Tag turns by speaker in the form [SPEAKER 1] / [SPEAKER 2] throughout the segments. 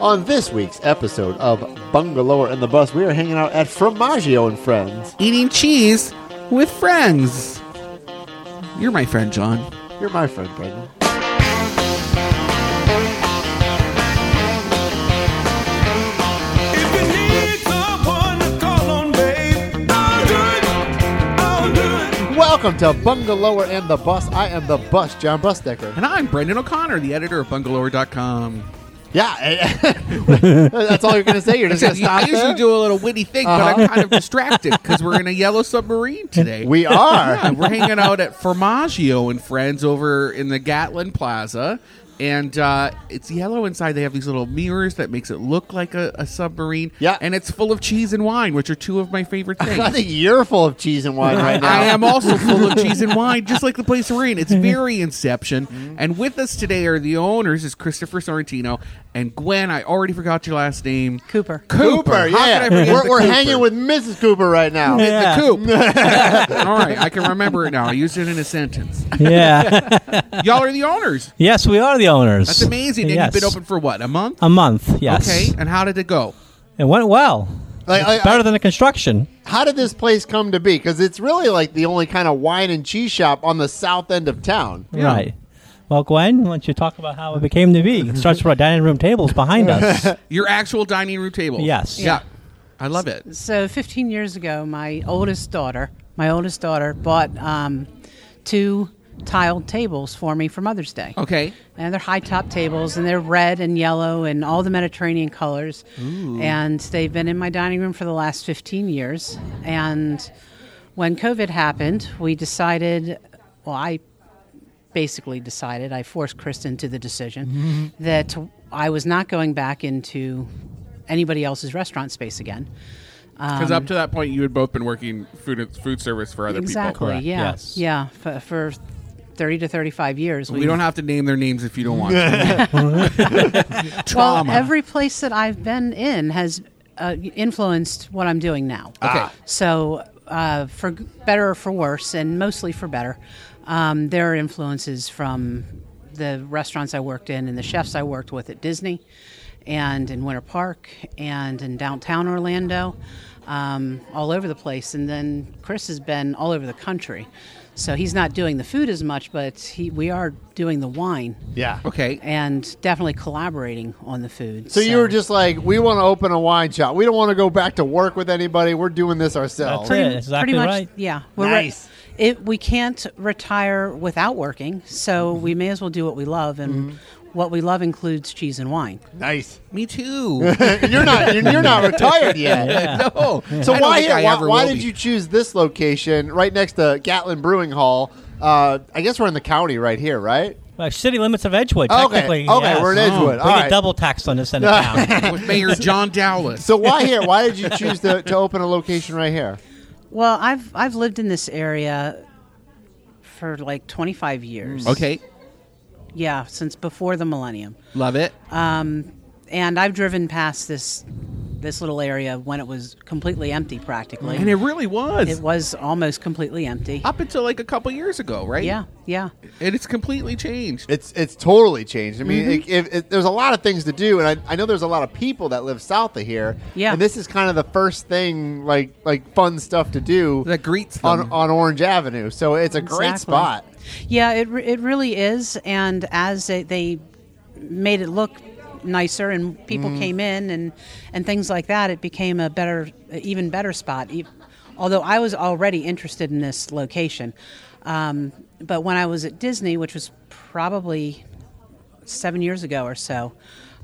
[SPEAKER 1] On this week's episode of Bungalower and the Bus, we are hanging out at Fromaggio and Friends.
[SPEAKER 2] Eating cheese with friends. You're my friend, John.
[SPEAKER 1] You're my friend, Brendan.
[SPEAKER 3] If you need someone to call on, babe, I'll do it. I'll do it.
[SPEAKER 1] Welcome to Bungalower and the Bus. I am the bus, John Busdecker.
[SPEAKER 2] And I'm Brendan O'Connor, the editor of Bungalower.com.
[SPEAKER 1] Yeah, eh, that's all you're going to say. You're just going to
[SPEAKER 2] I
[SPEAKER 1] stop
[SPEAKER 2] usually
[SPEAKER 1] there? Uh-huh.
[SPEAKER 2] do a little witty thing, but I'm kind of distracted because we're in a yellow submarine today.
[SPEAKER 1] We
[SPEAKER 2] Yeah,
[SPEAKER 1] are.
[SPEAKER 2] we're hanging out at Formaggio and Friends over in the Gatlin Plaza. And uh, it's yellow inside. They have these little mirrors that makes it look like a, a submarine.
[SPEAKER 1] Yeah.
[SPEAKER 2] And it's full of cheese and wine, which are two of my favorite things.
[SPEAKER 1] I think you're full of cheese and wine right now.
[SPEAKER 2] I am also full of cheese and wine, just like the place we're in. It's very Inception. And with us today are the owners is Christopher Sorrentino and Gwen. I already forgot your last name, Cooper. Cooper.
[SPEAKER 1] Cooper,
[SPEAKER 2] How
[SPEAKER 1] yeah.
[SPEAKER 2] could I forget
[SPEAKER 1] We're,
[SPEAKER 2] the
[SPEAKER 1] we're
[SPEAKER 2] Cooper?
[SPEAKER 1] hanging with Mrs. Cooper right now.
[SPEAKER 2] the
[SPEAKER 4] Yeah.
[SPEAKER 2] Coop. All right, I can remember it now. I used it in a sentence.
[SPEAKER 4] yeah.
[SPEAKER 2] Y'all are the owners.
[SPEAKER 4] yes, we are the owners.
[SPEAKER 2] That's amazing. And
[SPEAKER 4] Yes.
[SPEAKER 2] you've been open for what a month?
[SPEAKER 4] a month. Yes.
[SPEAKER 2] Okay. And how did it go?
[SPEAKER 4] It went well.
[SPEAKER 1] Like, I- I-
[SPEAKER 4] Better than the construction.
[SPEAKER 1] how did this place come to be? Because it's really like the only kind of wine and cheese shop on the south end of town.
[SPEAKER 2] Yeah.
[SPEAKER 4] Right. Well, Gwen, why don't you talk about how it became to be? It starts with our dining room tables behind us.
[SPEAKER 2] Your actual dining room table.
[SPEAKER 4] Yes.
[SPEAKER 2] Yeah. I love it.
[SPEAKER 5] So 15 years ago, my oldest daughter, my oldest daughter, bought um, two tiled tables for me for Mother's Day.
[SPEAKER 2] Okay.
[SPEAKER 5] And they're high top tables, and they're red and yellow and all the Mediterranean colors. And they've been in my dining room for the last 15 years. And when COVID happened, we decided, well, I basically decided, I forced Kristen to the decision that I was not going back into anybody else's restaurant space again.
[SPEAKER 2] Because
[SPEAKER 4] um,
[SPEAKER 2] up to that point, you had both been working food food service for other people.
[SPEAKER 5] exactly,
[SPEAKER 4] Correct,
[SPEAKER 5] yeah.
[SPEAKER 4] yes.
[SPEAKER 5] Yeah, for, for 30 to 35 years.
[SPEAKER 2] We don't have to name their names if you don't want to. Trauma.
[SPEAKER 5] Well, every place that I've been in has uh, influenced what I'm doing now.
[SPEAKER 2] Ah. Okay.
[SPEAKER 5] So, uh, for g- better or for worse, and mostly for better, um, there are influences from the restaurants I worked in and the chefs I worked with at Disney and in Winter Park and in downtown Orlando, um, all over the place. And then Chris has been all over the country. So he's not doing the food as much, but he, we are doing the wine
[SPEAKER 1] Yeah.
[SPEAKER 2] okay.
[SPEAKER 5] and definitely collaborating on the food.
[SPEAKER 1] So you were just like, we want to open a wine shop. We don't want to go back to work with anybody. We're doing this ourselves.
[SPEAKER 4] That's it.
[SPEAKER 5] pretty,
[SPEAKER 4] exactly
[SPEAKER 5] pretty much,
[SPEAKER 4] right.
[SPEAKER 5] yeah. We're re- it, we can't retire without working, so
[SPEAKER 2] Mm-hmm.
[SPEAKER 5] we may as well do what we love, and what we love includes cheese and wine.
[SPEAKER 1] Nice.
[SPEAKER 2] Me too.
[SPEAKER 1] You're not. You're, you're not retired yet.
[SPEAKER 2] no.
[SPEAKER 1] So
[SPEAKER 2] I
[SPEAKER 1] why
[SPEAKER 2] don't think I
[SPEAKER 1] here? Why,
[SPEAKER 2] ever
[SPEAKER 1] why
[SPEAKER 2] will
[SPEAKER 1] did
[SPEAKER 2] be.
[SPEAKER 1] you choose this location right next to Gatlin Brewing Hall? Uh, I guess we're in the county right here, right?
[SPEAKER 4] Well, city limits of Edgewood,
[SPEAKER 1] Okay.
[SPEAKER 4] technically.
[SPEAKER 1] Okay,
[SPEAKER 4] yes.
[SPEAKER 1] we're in Edgewood.
[SPEAKER 4] We
[SPEAKER 1] All
[SPEAKER 4] get
[SPEAKER 1] right.
[SPEAKER 4] double taxed on this end of town.
[SPEAKER 2] With Mayor John Dowless.
[SPEAKER 1] So why here? Why did you choose to, to open a location right here?
[SPEAKER 5] Well, I've I've lived in this area for like 25 years.
[SPEAKER 2] Mm. okay.
[SPEAKER 5] Yeah, since before the millennium.
[SPEAKER 2] Love it.
[SPEAKER 5] Um, And I've driven past this this little area when it was completely empty practically.
[SPEAKER 2] and it really was.
[SPEAKER 5] it was almost completely empty.
[SPEAKER 2] Up until like a couple years ago, right?
[SPEAKER 5] Yeah, yeah.
[SPEAKER 2] And it's completely changed.
[SPEAKER 1] It's it's totally changed. I mean, it, it, it- there's a lot of things to do, and I, I know there's a lot of people that live south of here.
[SPEAKER 5] Yeah.
[SPEAKER 1] and this is kind of the first thing, like like fun stuff to do
[SPEAKER 2] That greets them.
[SPEAKER 1] on on Orange Avenue. So it's a great
[SPEAKER 5] Exactly.
[SPEAKER 1] spot.
[SPEAKER 5] Yeah, it, re- it really is. And as they, they made it look nicer and people came in and, and things like that, it became a better, even better spot. E- Although I was already interested in this location. Um, but when I was at Disney, which was probably seven years ago or so,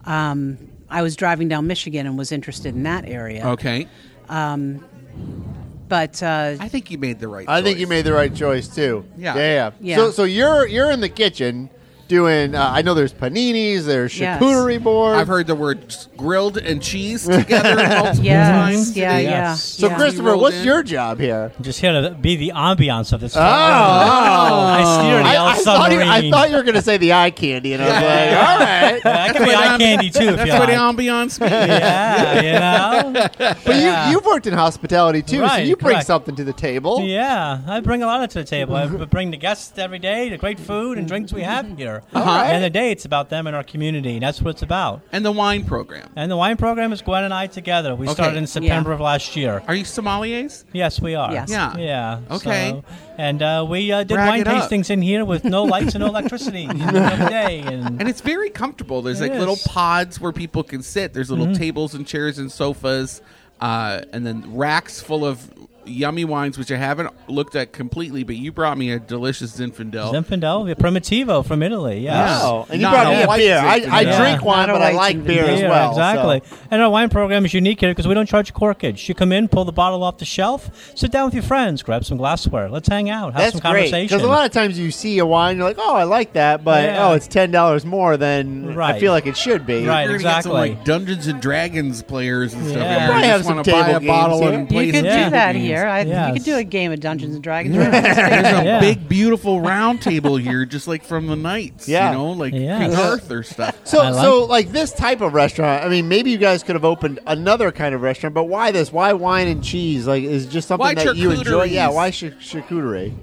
[SPEAKER 5] um, I was driving down Michigan and was interested in that area.
[SPEAKER 2] Okay.
[SPEAKER 5] But uh,
[SPEAKER 2] I think you made the right
[SPEAKER 1] I think you
[SPEAKER 2] choice.
[SPEAKER 1] made the right choice too.
[SPEAKER 2] Yeah.
[SPEAKER 1] yeah,
[SPEAKER 5] Yeah.
[SPEAKER 1] So so you're you're in the kitchen doing. Uh, I know there's paninis, there's
[SPEAKER 5] Yes.
[SPEAKER 1] charcuterie board.
[SPEAKER 2] I've heard the words grilled and cheese together multiple
[SPEAKER 5] yes,
[SPEAKER 2] times.
[SPEAKER 5] yeah, yeah, yeah.
[SPEAKER 4] Yes.
[SPEAKER 1] So Christopher,
[SPEAKER 2] rolled
[SPEAKER 1] what's
[SPEAKER 2] in.
[SPEAKER 1] your job here?
[SPEAKER 4] Just here to be the ambiance of this.
[SPEAKER 1] Oh,
[SPEAKER 4] I steer the
[SPEAKER 1] I,
[SPEAKER 4] yellow
[SPEAKER 1] I thought you,
[SPEAKER 4] submarine.
[SPEAKER 1] I thought you were going to say the eye candy, and I was like, all right.
[SPEAKER 4] Yeah, I can be
[SPEAKER 2] what
[SPEAKER 4] eye
[SPEAKER 2] ambi-
[SPEAKER 4] candy too if
[SPEAKER 2] That's
[SPEAKER 4] you
[SPEAKER 2] what
[SPEAKER 4] like.
[SPEAKER 2] ambiance means.
[SPEAKER 4] yeah, you know.
[SPEAKER 1] But
[SPEAKER 4] Yeah.
[SPEAKER 1] you, you've worked in hospitality too, so
[SPEAKER 4] Right,
[SPEAKER 1] you bring
[SPEAKER 4] correct.
[SPEAKER 1] something to the table.
[SPEAKER 2] Oh.
[SPEAKER 4] Yeah, I bring a lot to the table. I b- bring the guests every day, the great food and drinks we have here. later. And the day, it's about them and our community. That's what it's about.
[SPEAKER 2] And the wine program.
[SPEAKER 4] And the wine program is Gwen and I together. We
[SPEAKER 2] Okay.
[SPEAKER 4] started in September
[SPEAKER 5] Yeah.
[SPEAKER 4] of last year.
[SPEAKER 2] Are you sommeliers?
[SPEAKER 4] Yes, we are.
[SPEAKER 5] Yes.
[SPEAKER 2] Yeah.
[SPEAKER 4] Yeah.
[SPEAKER 2] Okay.
[SPEAKER 4] so- and uh, we uh, did
[SPEAKER 2] Brag
[SPEAKER 4] wine
[SPEAKER 2] it up.
[SPEAKER 4] tastings in here with no lights and no electricity in the middle of the day. And
[SPEAKER 2] And it's very comfortable. There's
[SPEAKER 4] It
[SPEAKER 2] like little
[SPEAKER 4] is. Mm-hmm.
[SPEAKER 2] pods where people can sit. There's little tables and chairs and sofas, uh, and then racks full of yummy wines, which I haven't looked at completely. But you brought me a delicious Zinfandel.
[SPEAKER 4] Zinfandel, yeah, Primitivo from Italy. Yes.
[SPEAKER 2] Yeah.
[SPEAKER 1] Oh, and you
[SPEAKER 2] Not
[SPEAKER 1] brought me
[SPEAKER 2] a
[SPEAKER 1] a
[SPEAKER 2] white
[SPEAKER 1] beer. I,
[SPEAKER 2] Zinfandel.
[SPEAKER 1] I
[SPEAKER 4] Yeah.
[SPEAKER 1] drink wine,
[SPEAKER 5] Not a
[SPEAKER 1] but I
[SPEAKER 5] white
[SPEAKER 1] like beer
[SPEAKER 5] Zinfandel.
[SPEAKER 1] as
[SPEAKER 4] Yeah,
[SPEAKER 1] well. so-
[SPEAKER 4] exactly. And our wine program is unique here because we don't charge corkage. You come in, pull the bottle off the shelf, sit down with your friends, grab some glassware, let's hang out, have
[SPEAKER 1] That's
[SPEAKER 4] some
[SPEAKER 1] great
[SPEAKER 4] conversation.
[SPEAKER 1] because a lot of times you see a wine, you're like, "Oh, I like that," but
[SPEAKER 4] Yeah.
[SPEAKER 1] oh, it's ten dollars more than I
[SPEAKER 4] Right.
[SPEAKER 1] feel like it should be.
[SPEAKER 4] Right.
[SPEAKER 2] You're gonna get some,
[SPEAKER 4] exactly.
[SPEAKER 2] like Dungeons and Dragons players and stuff.
[SPEAKER 4] Yeah.
[SPEAKER 2] in there.
[SPEAKER 4] Probably
[SPEAKER 2] You
[SPEAKER 1] have
[SPEAKER 2] just
[SPEAKER 1] some
[SPEAKER 2] wanna
[SPEAKER 1] table
[SPEAKER 2] buy a
[SPEAKER 1] games
[SPEAKER 2] bottle
[SPEAKER 1] here.
[SPEAKER 2] and play
[SPEAKER 5] You
[SPEAKER 2] some
[SPEAKER 5] could
[SPEAKER 2] table
[SPEAKER 5] do that
[SPEAKER 2] games.
[SPEAKER 5] here. I, You
[SPEAKER 4] Yes.
[SPEAKER 5] could do a game of Dungeons and Dragons.
[SPEAKER 2] There's a
[SPEAKER 4] Yeah.
[SPEAKER 2] big, beautiful round table here, just like from the knights.
[SPEAKER 1] Yeah.
[SPEAKER 2] you know, like
[SPEAKER 4] Yes.
[SPEAKER 2] King Arthur stuff.
[SPEAKER 1] So,
[SPEAKER 4] I like-
[SPEAKER 1] so like this type of restaurant. I mean, maybe you guys could have opened another kind of restaurant, but why this? Why wine and cheese? Like, is it just something
[SPEAKER 2] Why
[SPEAKER 1] that you enjoy?
[SPEAKER 2] charcuteries?
[SPEAKER 1] Yeah, why ch- charcuterie?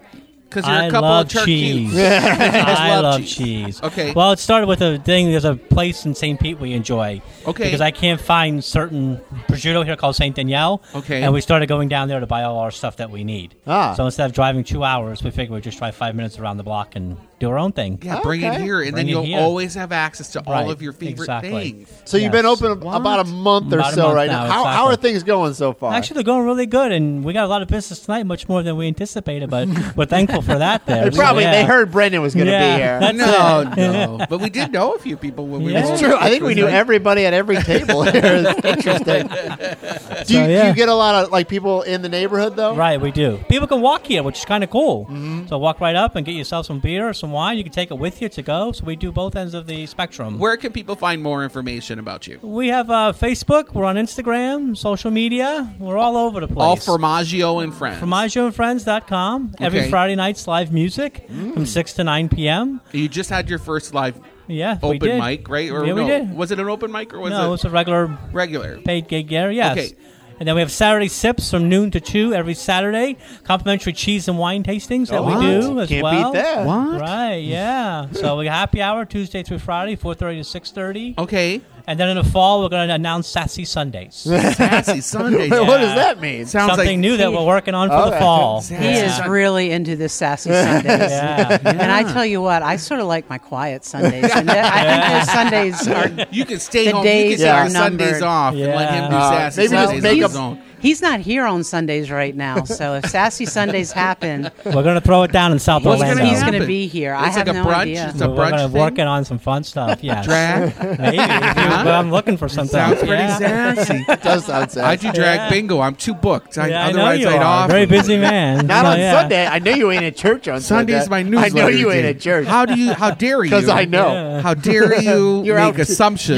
[SPEAKER 2] Because you're a
[SPEAKER 4] I
[SPEAKER 2] couple
[SPEAKER 4] love
[SPEAKER 2] of charcutes.
[SPEAKER 4] cheese. I
[SPEAKER 2] love
[SPEAKER 4] love,
[SPEAKER 2] cheese.
[SPEAKER 4] cheese.
[SPEAKER 2] Okay.
[SPEAKER 4] Well, it started with a thing. There's a place in St. Pete we enjoy.
[SPEAKER 2] Okay.
[SPEAKER 4] Because I can't find certain prosciutto here called St. Danielle.
[SPEAKER 2] Okay.
[SPEAKER 4] And we started going down there to buy all our stuff that we need.
[SPEAKER 1] Ah.
[SPEAKER 4] So instead of driving two hours, we figured we'd just drive five minutes around the block and do our own thing.
[SPEAKER 2] Yeah, bring it
[SPEAKER 1] Okay.
[SPEAKER 2] here, and then
[SPEAKER 4] Bring it
[SPEAKER 2] you'll
[SPEAKER 4] here.
[SPEAKER 2] always have access to all
[SPEAKER 4] Right,
[SPEAKER 2] of your favorite
[SPEAKER 4] exactly.
[SPEAKER 2] things.
[SPEAKER 1] So you've been
[SPEAKER 4] Yes.
[SPEAKER 1] open a- about a month or
[SPEAKER 4] About a
[SPEAKER 1] so
[SPEAKER 4] month
[SPEAKER 1] right now.
[SPEAKER 4] now,
[SPEAKER 1] How, how
[SPEAKER 4] exactly.
[SPEAKER 1] are things going so far?
[SPEAKER 4] Actually, they're going really good, and we got a lot of business tonight, much more than we anticipated. But we're thankful for that. There,
[SPEAKER 1] They
[SPEAKER 4] We-
[SPEAKER 1] probably
[SPEAKER 4] yeah.
[SPEAKER 1] they heard Brendan was going to
[SPEAKER 4] Yeah.
[SPEAKER 1] be here.
[SPEAKER 2] No, no, but we did know a few people when we.
[SPEAKER 4] Yeah.
[SPEAKER 2] were
[SPEAKER 1] It's true. I think we knew everybody at every table here. It's interesting. Do you,
[SPEAKER 4] So, yeah.
[SPEAKER 1] do you get a lot of like people in the neighborhood though?
[SPEAKER 4] Right, we do. People can walk here, which is kind of cool.
[SPEAKER 2] Mm-hmm.
[SPEAKER 4] So walk right up and get yourself some beer or some wine. You can take it with you to go. So we do both ends of the spectrum.
[SPEAKER 2] Where can people find more information about you?
[SPEAKER 4] we have uh, Facebook. We're on Instagram, social media. We're all over the place.
[SPEAKER 2] All Formaggio and friends.
[SPEAKER 4] FormaggioandFriends.com.
[SPEAKER 2] Okay. Mm.
[SPEAKER 4] Every Friday night's live music from 6 to 9 p.m.
[SPEAKER 2] You just had your first live
[SPEAKER 4] Yeah, we
[SPEAKER 2] open
[SPEAKER 4] did.
[SPEAKER 2] mic, right?
[SPEAKER 4] yeah, we
[SPEAKER 2] no,
[SPEAKER 4] did.
[SPEAKER 2] Was it an open mic or was
[SPEAKER 4] no, it was a regular
[SPEAKER 2] regular?
[SPEAKER 4] paid gig there, yes.
[SPEAKER 2] Okay.
[SPEAKER 4] And then we have Saturday sips from noon to 2 every Saturday. Complimentary cheese and wine tastings that
[SPEAKER 1] Oh, What?
[SPEAKER 4] we do as
[SPEAKER 1] Can't
[SPEAKER 4] well.
[SPEAKER 1] beat that.
[SPEAKER 4] Right, yeah. so we got happy hour Tuesday through Friday, four thirty to six thirty,
[SPEAKER 1] Oh.
[SPEAKER 2] Okay,
[SPEAKER 4] and then in the fall we're going to announce Sassy Sundays. Sounds
[SPEAKER 2] Sassy Sunday.
[SPEAKER 1] What does that mean?
[SPEAKER 2] Sounds
[SPEAKER 4] Something
[SPEAKER 2] like
[SPEAKER 4] new that we're working on for the
[SPEAKER 1] Oh, Okay.
[SPEAKER 4] fall.
[SPEAKER 2] Sassy
[SPEAKER 5] He is really into this sassy Sundays.
[SPEAKER 4] Yeah.
[SPEAKER 5] And I tell you what, I sort of like my quiet Sundays. And that- I think those Sundays are.
[SPEAKER 2] you can stay
[SPEAKER 5] The
[SPEAKER 2] home. You can
[SPEAKER 5] days
[SPEAKER 2] take
[SPEAKER 5] are
[SPEAKER 2] your Sundays
[SPEAKER 5] numbered.
[SPEAKER 2] off and let him do
[SPEAKER 4] Yeah.
[SPEAKER 1] Uh,
[SPEAKER 2] Sassy
[SPEAKER 1] maybe just
[SPEAKER 2] Sundays
[SPEAKER 1] make
[SPEAKER 2] on
[SPEAKER 1] a-
[SPEAKER 2] his own.
[SPEAKER 5] He's not here on Sundays right now, so if sassy Sundays happen,
[SPEAKER 4] We're going to throw it down in South
[SPEAKER 2] What's
[SPEAKER 4] Orlando.
[SPEAKER 2] gonna
[SPEAKER 5] he's
[SPEAKER 2] happen?
[SPEAKER 5] going to be here. I
[SPEAKER 2] It's
[SPEAKER 5] have
[SPEAKER 2] like a
[SPEAKER 5] no
[SPEAKER 2] brunch.
[SPEAKER 5] idea.
[SPEAKER 2] It's a
[SPEAKER 4] we're going to
[SPEAKER 2] brunch
[SPEAKER 4] work
[SPEAKER 2] thing?
[SPEAKER 4] it on some fun stuff. Yes.
[SPEAKER 2] Drag.
[SPEAKER 4] Maybe. if you-
[SPEAKER 2] Huh?
[SPEAKER 4] but I'm looking for something.
[SPEAKER 2] Sounds pretty
[SPEAKER 4] yeah.
[SPEAKER 2] sassy.
[SPEAKER 1] It does sound sad.
[SPEAKER 2] I do drag
[SPEAKER 4] Yeah.
[SPEAKER 2] bingo. I'm too booked. I,
[SPEAKER 4] Yeah, I know
[SPEAKER 2] otherwise,
[SPEAKER 4] you
[SPEAKER 2] I'd
[SPEAKER 4] are.
[SPEAKER 2] off.
[SPEAKER 4] Very busy man.
[SPEAKER 1] Not
[SPEAKER 4] So,
[SPEAKER 1] on
[SPEAKER 4] yeah.
[SPEAKER 1] Sunday. I know you ain't at church on Sunday.
[SPEAKER 2] Sunday's my newsletter.
[SPEAKER 1] I know you ain't
[SPEAKER 2] day.
[SPEAKER 1] at church
[SPEAKER 2] How do you? How dare you?
[SPEAKER 1] because I know.
[SPEAKER 4] Yeah.
[SPEAKER 2] How dare you
[SPEAKER 1] You're
[SPEAKER 2] make
[SPEAKER 1] out
[SPEAKER 2] assumptions?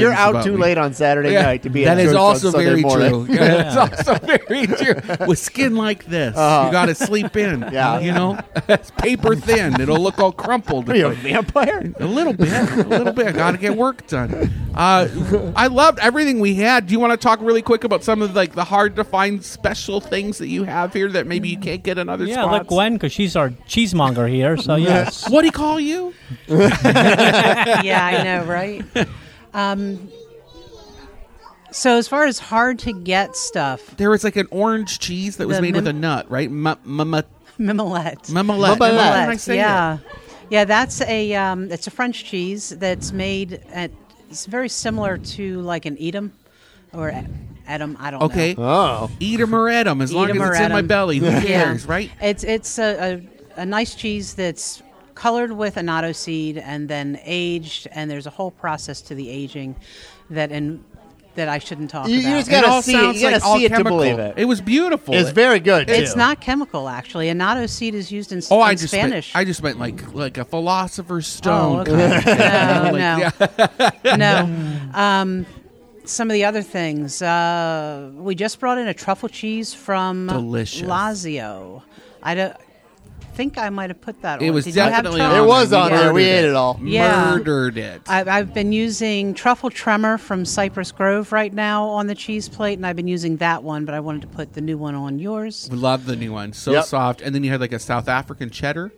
[SPEAKER 1] Too, you're out
[SPEAKER 2] about
[SPEAKER 1] too
[SPEAKER 2] me.
[SPEAKER 1] late on Saturday
[SPEAKER 2] Yeah.
[SPEAKER 1] night to be
[SPEAKER 2] That
[SPEAKER 1] at
[SPEAKER 2] is
[SPEAKER 1] church
[SPEAKER 2] also
[SPEAKER 1] on Sunday
[SPEAKER 2] very
[SPEAKER 1] morning.
[SPEAKER 2] true. Yeah, That's also very true. With skin like this, you got to sleep in.
[SPEAKER 1] Uh-huh. Yeah.
[SPEAKER 2] you know, it's paper thin. It'll look all crumpled.
[SPEAKER 1] Are you a vampire?
[SPEAKER 2] A little bit, a little bit. I got to get work done. Uh, I loved everything we had. Do you want to talk really quick about some of like the hard to find special things that you have here that maybe you can't get in other
[SPEAKER 4] Yeah,
[SPEAKER 2] spots?
[SPEAKER 4] look, Gwen, because she's our cheesemonger here. So yes,
[SPEAKER 2] What do you call you?
[SPEAKER 5] yeah, I know, right? Um, so as far as hard to get stuff,
[SPEAKER 2] There was like an orange cheese that was
[SPEAKER 5] The
[SPEAKER 2] made with a
[SPEAKER 5] mim-
[SPEAKER 2] nut, right? Ma- ma- ma-
[SPEAKER 5] Mimolette.
[SPEAKER 2] Mamelette.
[SPEAKER 1] Mamelette.
[SPEAKER 2] How
[SPEAKER 5] Mimolette,
[SPEAKER 2] can I say
[SPEAKER 5] yeah, yeah. That's a um, it's a French cheese that's made at it's very similar to like an Edam or a- Edam. I don't
[SPEAKER 2] it? Okay.
[SPEAKER 5] know.
[SPEAKER 1] Oh,
[SPEAKER 2] Eat 'em or at 'em, as
[SPEAKER 5] Eat
[SPEAKER 2] long
[SPEAKER 5] 'em
[SPEAKER 2] as
[SPEAKER 5] or
[SPEAKER 2] it's in
[SPEAKER 5] at
[SPEAKER 2] my
[SPEAKER 5] 'em.
[SPEAKER 2] belly. Who
[SPEAKER 5] Yeah.
[SPEAKER 2] cares, right?
[SPEAKER 5] It's it's a, a, a nice cheese that's colored with annatto seed and then aged, and there's a whole process to the aging that in that I shouldn't talk
[SPEAKER 1] You- you
[SPEAKER 5] about.
[SPEAKER 1] just gotta
[SPEAKER 2] it all
[SPEAKER 1] see it. You
[SPEAKER 2] sounds
[SPEAKER 1] gotta
[SPEAKER 2] like all
[SPEAKER 1] see it to
[SPEAKER 2] chemical.
[SPEAKER 1] believe it.
[SPEAKER 2] It was beautiful.
[SPEAKER 1] it's
[SPEAKER 2] It-
[SPEAKER 1] very good.
[SPEAKER 5] It's
[SPEAKER 1] too.
[SPEAKER 5] not chemical, actually. Annatto seed is used in,
[SPEAKER 2] Oh,
[SPEAKER 5] in
[SPEAKER 2] I just
[SPEAKER 5] Spanish.
[SPEAKER 2] Meant, I just meant like like a philosopher's
[SPEAKER 5] Oh,
[SPEAKER 2] stone.
[SPEAKER 5] okay. no,
[SPEAKER 2] Like,
[SPEAKER 5] no,
[SPEAKER 2] yeah.
[SPEAKER 5] no. Um, some of the other things. Uh, we just brought in a truffle cheese from
[SPEAKER 2] Delicious.
[SPEAKER 5] Lazio. I don't think I might have put that.
[SPEAKER 2] It
[SPEAKER 5] on.
[SPEAKER 2] was
[SPEAKER 5] Did
[SPEAKER 2] definitely
[SPEAKER 5] You
[SPEAKER 2] on.
[SPEAKER 5] have truffle?
[SPEAKER 1] It was
[SPEAKER 2] We
[SPEAKER 1] on there. We
[SPEAKER 2] murdered
[SPEAKER 1] ate it all.
[SPEAKER 5] Yeah.
[SPEAKER 2] Murdered it.
[SPEAKER 5] I, I've been using truffle tremor from Cypress Grove right now on the cheese plate, and I've been using that one, but I wanted to put the new one on yours.
[SPEAKER 2] Love the new one. So
[SPEAKER 1] Yep.
[SPEAKER 2] soft. And then you had like a South African cheddar.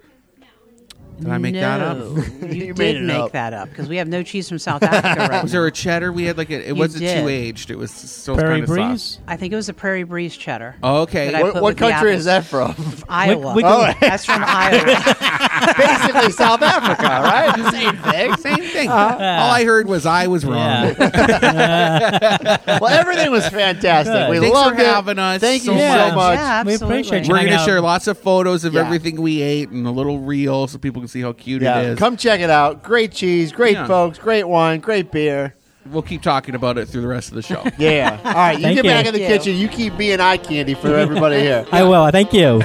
[SPEAKER 2] Did I make that up?
[SPEAKER 5] No, You,
[SPEAKER 1] You made
[SPEAKER 5] did
[SPEAKER 1] it
[SPEAKER 5] make
[SPEAKER 1] up.
[SPEAKER 5] that up because we have no cheese from South Africa right
[SPEAKER 2] Was
[SPEAKER 5] now.
[SPEAKER 2] there a cheddar? We had like a, it
[SPEAKER 5] You
[SPEAKER 2] wasn't
[SPEAKER 5] did.
[SPEAKER 2] too aged. It was still kind
[SPEAKER 4] Prairie
[SPEAKER 2] of
[SPEAKER 4] Breeze.
[SPEAKER 5] I think it was a Prairie Breeze cheddar.
[SPEAKER 2] Okay.
[SPEAKER 5] That I
[SPEAKER 1] What,
[SPEAKER 5] put
[SPEAKER 1] what
[SPEAKER 5] with the
[SPEAKER 1] country
[SPEAKER 5] apples.
[SPEAKER 1] is that from?
[SPEAKER 5] Iowa.
[SPEAKER 4] we can- Oh.
[SPEAKER 5] That's from Iowa.
[SPEAKER 1] Basically, South Africa, right? The same thing.
[SPEAKER 2] Same thing.
[SPEAKER 5] Uh-huh.
[SPEAKER 2] All I heard was I was wrong.
[SPEAKER 4] Yeah.
[SPEAKER 1] Well, everything was fantastic.
[SPEAKER 4] Good.
[SPEAKER 1] We
[SPEAKER 2] Thanks for
[SPEAKER 1] loved it.
[SPEAKER 2] having us
[SPEAKER 1] Thank
[SPEAKER 2] so
[SPEAKER 1] you
[SPEAKER 4] much.
[SPEAKER 1] so much.
[SPEAKER 5] Yeah,
[SPEAKER 4] We
[SPEAKER 5] absolutely.
[SPEAKER 4] appreciate you.
[SPEAKER 2] We're
[SPEAKER 4] Hang
[SPEAKER 2] gonna
[SPEAKER 4] out.
[SPEAKER 2] share lots of photos of
[SPEAKER 1] Yeah.
[SPEAKER 2] everything we ate and a little reel so people can see how cute it
[SPEAKER 1] Yeah,
[SPEAKER 2] is.
[SPEAKER 1] come check it out. Great cheese, great
[SPEAKER 2] Yeah.
[SPEAKER 1] folks, great wine, great beer.
[SPEAKER 2] We'll keep talking about it through the rest of the show.
[SPEAKER 1] Yeah. All right, you
[SPEAKER 4] Thank
[SPEAKER 1] get
[SPEAKER 4] you.
[SPEAKER 1] back in the
[SPEAKER 5] Thank you.
[SPEAKER 1] kitchen. You keep being eye candy for everybody here.
[SPEAKER 4] I will. Thank you.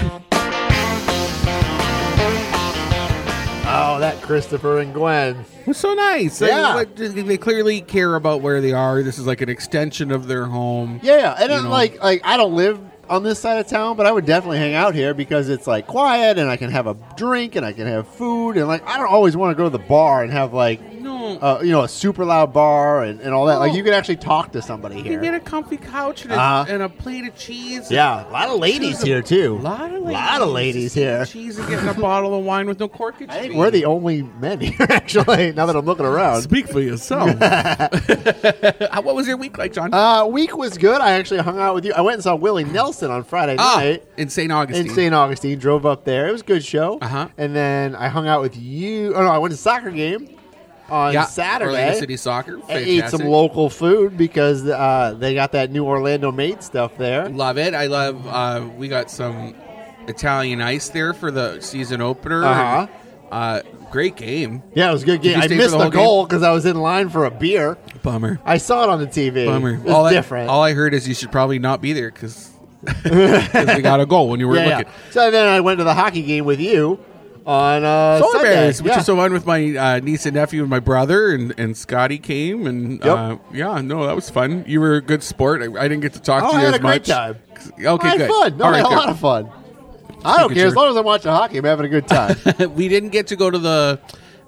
[SPEAKER 1] Oh, that Christopher and Gwen.
[SPEAKER 2] It's so nice. They-
[SPEAKER 1] Yeah.
[SPEAKER 2] like, They, clearly care about where they are. This is like an extension of their home.
[SPEAKER 1] Yeah, and
[SPEAKER 2] You
[SPEAKER 1] it,
[SPEAKER 2] know.
[SPEAKER 1] like like I don't live on this side of town, but I would definitely hang out here because it's like quiet and I can have a drink and I can have food and like I don't always want to go to the bar and have like
[SPEAKER 2] No.
[SPEAKER 1] uh, you know a super loud bar and, and all that. Like
[SPEAKER 2] No.
[SPEAKER 1] you can actually talk to somebody
[SPEAKER 2] You can get
[SPEAKER 1] here.
[SPEAKER 2] a comfy couch and a,
[SPEAKER 1] Uh-huh.
[SPEAKER 2] and a plate of cheese.
[SPEAKER 1] Yeah, a lot of ladies here too.
[SPEAKER 2] A lot of ladies.
[SPEAKER 1] lot of ladies here.
[SPEAKER 2] Cheese and getting a bottle of wine with no corkage.
[SPEAKER 1] I think we're the only men here actually. Now that I'm looking around.
[SPEAKER 2] Speak for yourself. what was your week like, John?
[SPEAKER 1] Uh, week was good. I actually hung out with you. I went and saw Willie Nelson on Friday
[SPEAKER 2] ah,
[SPEAKER 1] night
[SPEAKER 2] in St. Augustine.
[SPEAKER 1] in St. Augustine. Drove up there. It was a good show.
[SPEAKER 2] Uh-huh.
[SPEAKER 1] And then I hung out with you. Oh no, I went to soccer game on
[SPEAKER 2] yeah,
[SPEAKER 1] Saturday.
[SPEAKER 2] Orlando City Soccer.
[SPEAKER 1] I ate
[SPEAKER 2] Fantastic.
[SPEAKER 1] some local food because uh, they got that new Orlando made stuff there.
[SPEAKER 2] Love it. I love. Uh, we got some Italian ice there for the season opener.
[SPEAKER 1] Uh-huh.
[SPEAKER 2] Uh, great game.
[SPEAKER 1] Yeah, it was a good
[SPEAKER 2] Did you
[SPEAKER 1] game. I
[SPEAKER 2] stay for
[SPEAKER 1] missed
[SPEAKER 2] the
[SPEAKER 1] the,
[SPEAKER 2] whole game?
[SPEAKER 1] goal because I was in line for a beer.
[SPEAKER 2] Bummer.
[SPEAKER 1] I saw it on the TV.
[SPEAKER 2] Uh, Bummer.
[SPEAKER 1] It was
[SPEAKER 2] all
[SPEAKER 1] different.
[SPEAKER 2] I, all I heard is you should probably not be there because we got a goal when you were
[SPEAKER 1] yeah, yeah.
[SPEAKER 2] looking.
[SPEAKER 1] So then I went to the hockey game with you on uh,
[SPEAKER 2] Solar
[SPEAKER 1] Sunday.
[SPEAKER 2] Bears, which
[SPEAKER 1] Yeah.
[SPEAKER 2] is so fun with my uh, niece and nephew and my brother, and, and Scotty came, and uh, yeah, no, that was fun. You were a good sport. I, I didn't get to talk
[SPEAKER 1] Oh,
[SPEAKER 2] to
[SPEAKER 1] I
[SPEAKER 2] you
[SPEAKER 1] had a
[SPEAKER 2] as
[SPEAKER 1] great
[SPEAKER 2] much.
[SPEAKER 1] time.
[SPEAKER 2] Okay,
[SPEAKER 1] I had
[SPEAKER 2] good.
[SPEAKER 1] fun. No,
[SPEAKER 2] All
[SPEAKER 1] I
[SPEAKER 2] right,
[SPEAKER 1] had a
[SPEAKER 2] good.
[SPEAKER 1] lot of fun. I don't
[SPEAKER 2] Pikachu.
[SPEAKER 1] care as long as I'm watching hockey. I'm having a good time.
[SPEAKER 2] we didn't get to go to the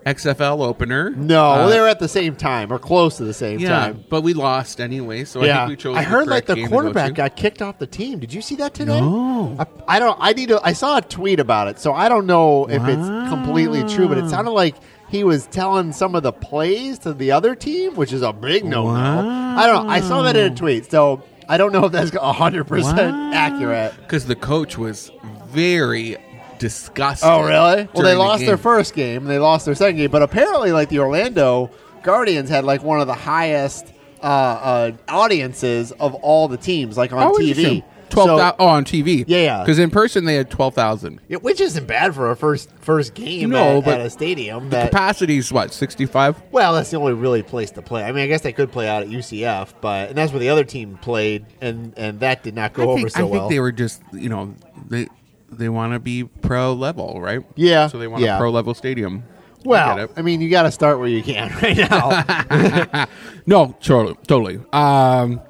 [SPEAKER 2] XFL opener.
[SPEAKER 1] No,
[SPEAKER 2] Uh,
[SPEAKER 1] well, they were at the same time or close to the same
[SPEAKER 2] yeah,
[SPEAKER 1] time.
[SPEAKER 2] but we lost anyway. So I think we chose.
[SPEAKER 1] I heard like
[SPEAKER 2] correct
[SPEAKER 1] the
[SPEAKER 2] game to go
[SPEAKER 1] quarterback
[SPEAKER 2] to.
[SPEAKER 1] got kicked off the team. Did you see that today?
[SPEAKER 2] No.
[SPEAKER 1] I, I don't. I need to. I saw a tweet about it, so I don't know if
[SPEAKER 2] Wow.
[SPEAKER 1] it's completely true, but it sounded like he was telling some of the plays to the other team, which is a big no no.
[SPEAKER 2] Wow.
[SPEAKER 1] I don't. I saw that in a tweet, so I don't know if that's hundred percent accurate.
[SPEAKER 2] because the coach was very disgusted.
[SPEAKER 1] Oh, really? Well,
[SPEAKER 2] during
[SPEAKER 1] they
[SPEAKER 2] the
[SPEAKER 1] lost their
[SPEAKER 2] game.
[SPEAKER 1] first game. They lost their second game, but apparently, like the Orlando Guardians had like one of the highest uh, uh, audiences of all the teams, like on
[SPEAKER 2] Oh,
[SPEAKER 1] TV.
[SPEAKER 2] interesting. Twelve
[SPEAKER 1] So-
[SPEAKER 2] thousand. oh, on TV.
[SPEAKER 1] Yeah, yeah.
[SPEAKER 2] Because in person they had twelve thousand.
[SPEAKER 1] Yeah, which isn't bad for a first first game
[SPEAKER 2] No,
[SPEAKER 1] at,
[SPEAKER 2] but
[SPEAKER 1] at a stadium.
[SPEAKER 2] The
[SPEAKER 1] That,
[SPEAKER 2] capacity's what sixty five.
[SPEAKER 1] well, that's the only really place to play. I mean, I guess they could play out at UCF, but and that's where the other team played, and and that did not go
[SPEAKER 2] I
[SPEAKER 1] over
[SPEAKER 2] think,
[SPEAKER 1] so
[SPEAKER 2] I think
[SPEAKER 1] well.
[SPEAKER 2] they were just you know they they want to be pro level, right?
[SPEAKER 1] Yeah,
[SPEAKER 2] So they want
[SPEAKER 1] yeah.
[SPEAKER 2] a pro level stadium. I
[SPEAKER 1] well,
[SPEAKER 2] get it.
[SPEAKER 1] I, mean, you got to start where you can right now.
[SPEAKER 2] No, totally, totally. Um,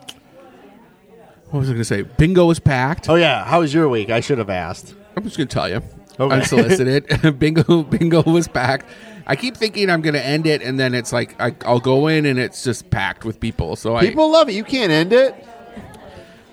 [SPEAKER 2] what was I going to say? Bingo was packed.
[SPEAKER 1] oh yeah, how was your week? I should have asked.
[SPEAKER 2] I'm just going to tell you,
[SPEAKER 1] Okay.
[SPEAKER 2] unsolicited. bingo, bingo was packed. I keep thinking I'm going to end it, and then it's like I, I'll go in and it's just packed with people. So
[SPEAKER 1] People love it. You can't end it.
[SPEAKER 2] I,